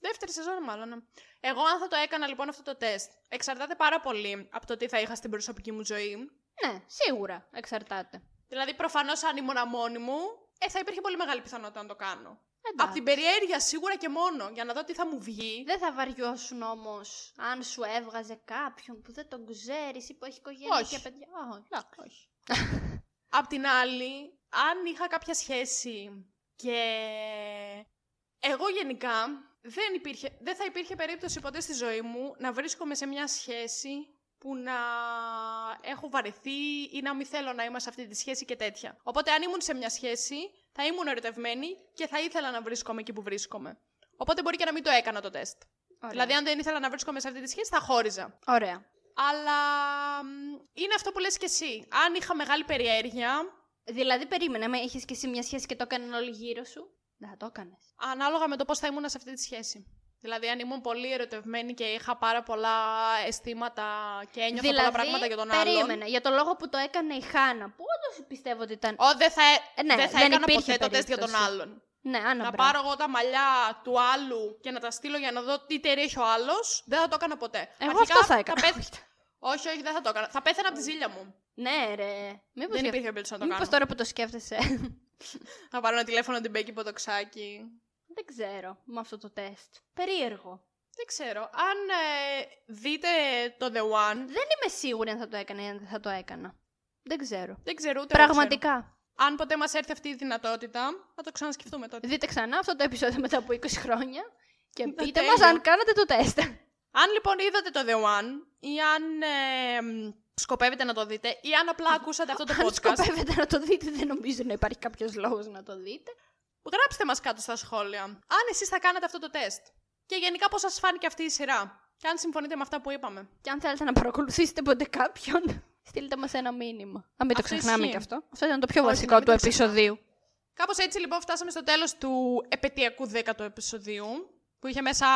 Speaker 1: Δεύτερη σεζόν, μάλλον. ναι. Εγώ, αν θα το έκανα λοιπόν αυτό το τεστ, εξαρτάται πάρα πολύ από το τι θα είχα στην προσωπική μου ζωή.
Speaker 2: ναι, σίγουρα εξαρτάται. Ε,
Speaker 1: Δηλαδή, προφανώς αν ήμουν μόνη μου, ε, θα υπήρχε πολύ μεγάλη πιθανότητα να το κάνω.
Speaker 2: Εντάξει.
Speaker 1: Από την περιέργεια σίγουρα και μόνο, για να δω τι θα μου βγει.
Speaker 2: Δεν θα βαριώσουν όμως αν σου έβγαζε κάποιον που δεν τον ξέρεις ή που έχει οικογένεια
Speaker 1: Όχι.
Speaker 2: και παιδιά. Όχι.
Speaker 1: Όχι. Απ' την άλλη, αν είχα κάποια σχέση και εγώ γενικά δεν, υπήρχε, δεν θα υπήρχε περίπτωση ποτέ στη ζωή μου να βρίσκομαι σε μια σχέση που να έχω βαρεθεί ή να μην θέλω να είμαι σε αυτή τη σχέση και τέτοια. Οπότε αν ήμουν σε μια σχέση θα ήμουν ερωτευμένη και θα ήθελα να βρίσκομαι εκεί που βρίσκομαι. Οπότε μπορεί και να μην το έκανα το τεστ.
Speaker 2: Ωραία.
Speaker 1: Δηλαδή αν δεν ήθελα να βρίσκομαι σε αυτή τη σχέση θα χώριζα.
Speaker 2: Ωραία.
Speaker 1: Αλλά μ, είναι αυτό που λες και εσύ. Αν είχα μεγάλη περιέργεια,
Speaker 2: Δηλαδή, περίμενα, με είχε και εσύ μια σχέση και το έκαναν όλοι γύρω σου. Δεν θα το έκανες.
Speaker 1: ανάλογα με το πώς θα ήμουν σε αυτή τη σχέση. Δηλαδή, αν ήμουν πολύ ερωτευμένη και είχα πάρα πολλά αισθήματα και ένιωθα πολλά πράγματα για τον
Speaker 2: Δηλαδή, περίμενε,
Speaker 1: άλλον.
Speaker 2: για το λόγο που το έκανε η Χάνα, που όντως πιστεύω ότι ήταν.
Speaker 1: Ω, δεν θα, ε-
Speaker 2: Ε, ναι,
Speaker 1: δεν θα
Speaker 2: δεν
Speaker 1: έκανα ποτέ
Speaker 2: υπήρχε
Speaker 1: το τεστ για τον
Speaker 2: περίπτωση.
Speaker 1: άλλον.
Speaker 2: Ναι, Άννα,
Speaker 1: Να
Speaker 2: μπράβο.
Speaker 1: πάρω εγώ τα μαλλιά του άλλου και να τα στείλω για να δω τι ταιρί έχει ο άλλος, δεν θα το έκανα ποτέ.
Speaker 2: Εγώ αυτό θα έκανα.
Speaker 1: πέθ- όχι, όχι, δεν θα το έκανα. Θα πέθαινα από τη ζήλια μου.
Speaker 2: Ναι, ρε. Μήπως
Speaker 1: δεν υπήρχε περίπτωση να το κάνω.
Speaker 2: Μήπως τώρα που το σκέφτεσαι.
Speaker 1: Να πάρω ένα τηλέφωνο την Μπέκη Ποτοξάκη.
Speaker 2: δεν ξέρω με αυτό το τεστ. Περίεργο.
Speaker 1: Δεν ξέρω. Αν ε, δείτε το The One,
Speaker 2: Δεν είμαι σίγουρη αν θα το έκανα ή αν δεν θα το έκανα. Δεν ξέρω.
Speaker 1: δεν ξέρω ούτε εγώ ξέρω.
Speaker 2: Πραγματικά.
Speaker 1: Αν ποτέ μας έρθει αυτή η δυνατότητα, θα το ξανασκεφτούμε τότε.
Speaker 2: Δείτε ξανά αυτό το επεισόδιο μετά από 20 χρόνια και
Speaker 1: Ναι,
Speaker 2: πείτε
Speaker 1: τέλειο.
Speaker 2: μας αν κάνατε το τεστ.
Speaker 1: Αν λοιπόν είδατε το The One ή αν ε, μ, σκοπεύετε να το δείτε ή αν απλά ακούσατε αυτό το
Speaker 2: αν
Speaker 1: podcast,
Speaker 2: σκοπεύετε να το δείτε, δεν νομίζω να υπάρχει κάποιος λόγος να το δείτε.
Speaker 1: γράψτε μας κάτω στα σχόλια. Αν εσείς θα κάνατε αυτό το τεστ. Και γενικά πώς σας φάνηκε αυτή η σειρά. Και αν συμφωνείτε με αυτά που είπαμε.
Speaker 2: Και αν θέλετε να παρακολουθήσετε ποτέ κάποιον, στείλτε μας ένα μήνυμα. Να μην το
Speaker 1: Αυτό
Speaker 2: ξεχνάμε
Speaker 1: ισχύει.
Speaker 2: κι αυτό. Αυτό ήταν το πιο
Speaker 1: Όχι, να
Speaker 2: βασικό
Speaker 1: μην
Speaker 2: του
Speaker 1: το ξεχνάμε.
Speaker 2: επεισοδίου.
Speaker 1: Κάπως έτσι λοιπόν φτάσαμε στο τέλος του επαιτειακού 10ου επεισοδίου που είχε μέσα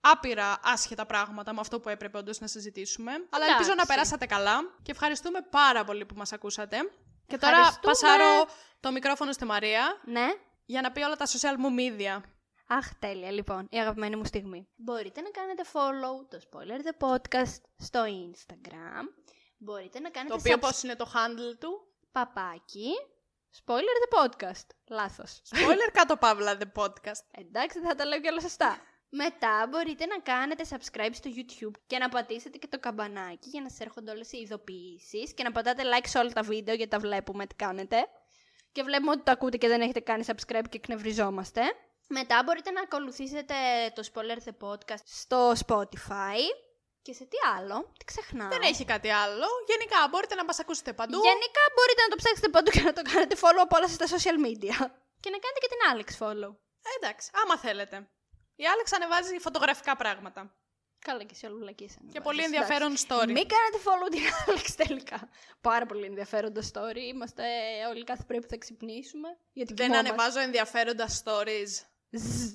Speaker 1: άπειρα άσχετα πράγματα με αυτό που έπρεπε όντως να συζητήσουμε. Αλλά
Speaker 2: Εντάξει.
Speaker 1: ελπίζω να περάσατε καλά και ευχαριστούμε πάρα πολύ που μας ακούσατε. Και τώρα
Speaker 2: Ευχαριστούμε.
Speaker 1: πασάρω το μικρόφωνο στη Μαρία
Speaker 2: Ναι.
Speaker 1: για να πει όλα τα social μου media.
Speaker 2: Αχ, τέλεια, λοιπόν, η αγαπημένη μου στιγμή. Μπορείτε να κάνετε follow το Spoiler The Podcast στο Instagram. Μπορείτε να κάνετε
Speaker 1: Το οποίο
Speaker 2: subscribe-
Speaker 1: πώς είναι το handle του.
Speaker 2: παπάκι. Spoiler the podcast. Λάθος.
Speaker 1: Spoiler κάτω παύλα the podcast.
Speaker 2: Εντάξει, θα τα λέω και όλα σωστά. Μετά μπορείτε να κάνετε subscribe στο YouTube και να πατήσετε και το καμπανάκι για να σας έρχονται όλες οι ειδοποιήσεις και να πατάτε like σε όλα τα βίντεο γιατί τα βλέπουμε τι κάνετε. Και βλέπουμε ότι το ακούτε και δεν έχετε κάνει subscribe και εκνευριζόμαστε. Μετά μπορείτε να ακολουθήσετε το Spoiler the Podcast στο Spotify. Και σε τι άλλο, τι ξεχνάω.
Speaker 1: Δεν έχει κάτι άλλο. Γενικά μπορείτε να μας ακούσετε παντού.
Speaker 2: Γενικά μπορείτε να το ψάξετε παντού και να το κάνετε follow από όλα σας τα social media. Και να κάνετε και την Alex follow.
Speaker 1: Ε, Εντάξει, άμα θέλετε. Η Άλεξ ανεβάζει φωτογραφικά πράγματα.
Speaker 2: Καλά και σε όλου βλακίσαν.
Speaker 1: Και πολύ ενδιαφέρον story.
Speaker 2: Μην κάνετε follow την Alex τελικά. Πάρα πολύ ενδιαφέροντα story. Είμαστε όλοι κάθε πρωί που θα ξυπνήσουμε. Γιατί
Speaker 1: Δεν
Speaker 2: κοιμόμαστε.
Speaker 1: ανεβάζω ενδιαφέροντα stories.
Speaker 2: Ζζζ.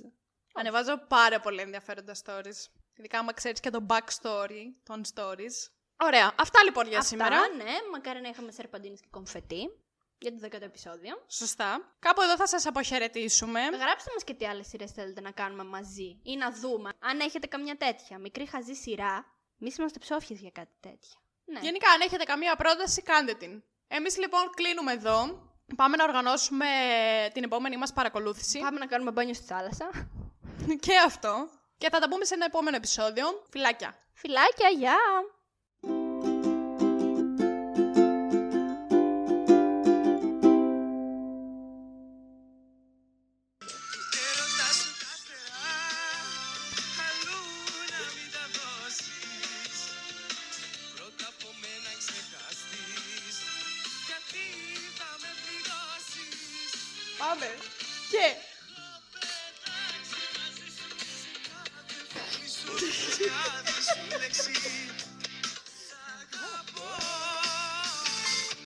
Speaker 1: Ανεβάζω πάρα πολύ ενδιαφέροντα stories. Ειδικά άμα ξέρεις και το backstory των stories. Ωραία. Αυτά λοιπόν για
Speaker 2: Αυτά,
Speaker 1: σήμερα.
Speaker 2: ναι, μακάρι να είχαμε σερπαντίνες και κομφετή για το 10ο επεισόδιο.
Speaker 1: Σωστά. Κάπου εδώ θα σας αποχαιρετήσουμε.
Speaker 2: Γράψτε μας και τι άλλες σειρές θέλετε να κάνουμε μαζί ή να δούμε. Αν έχετε καμιά τέτοια μικρή χαζή σειρά, εμείς είμαστε ψόφιες για κάτι τέτοια. Ναι.
Speaker 1: Γενικά, αν έχετε καμία πρόταση, κάντε την. Εμείς λοιπόν κλείνουμε εδώ. Πάμε να οργανώσουμε την επόμενη μας παρακολούθηση.
Speaker 2: Πάμε να κάνουμε μπάνιο στη θάλασσα.
Speaker 1: και αυτό. Και θα τα πούμε σε ένα επόμενο επεισόδιο. Φιλάκια.
Speaker 2: Φιλάκια, γεια!
Speaker 4: Έρωτα σου τα φτερά, αλλού να μην τα δώσεις Πρώτα από μένα ξεχάστης, γιατί θα με πληγώσεις
Speaker 1: Πάμε. Και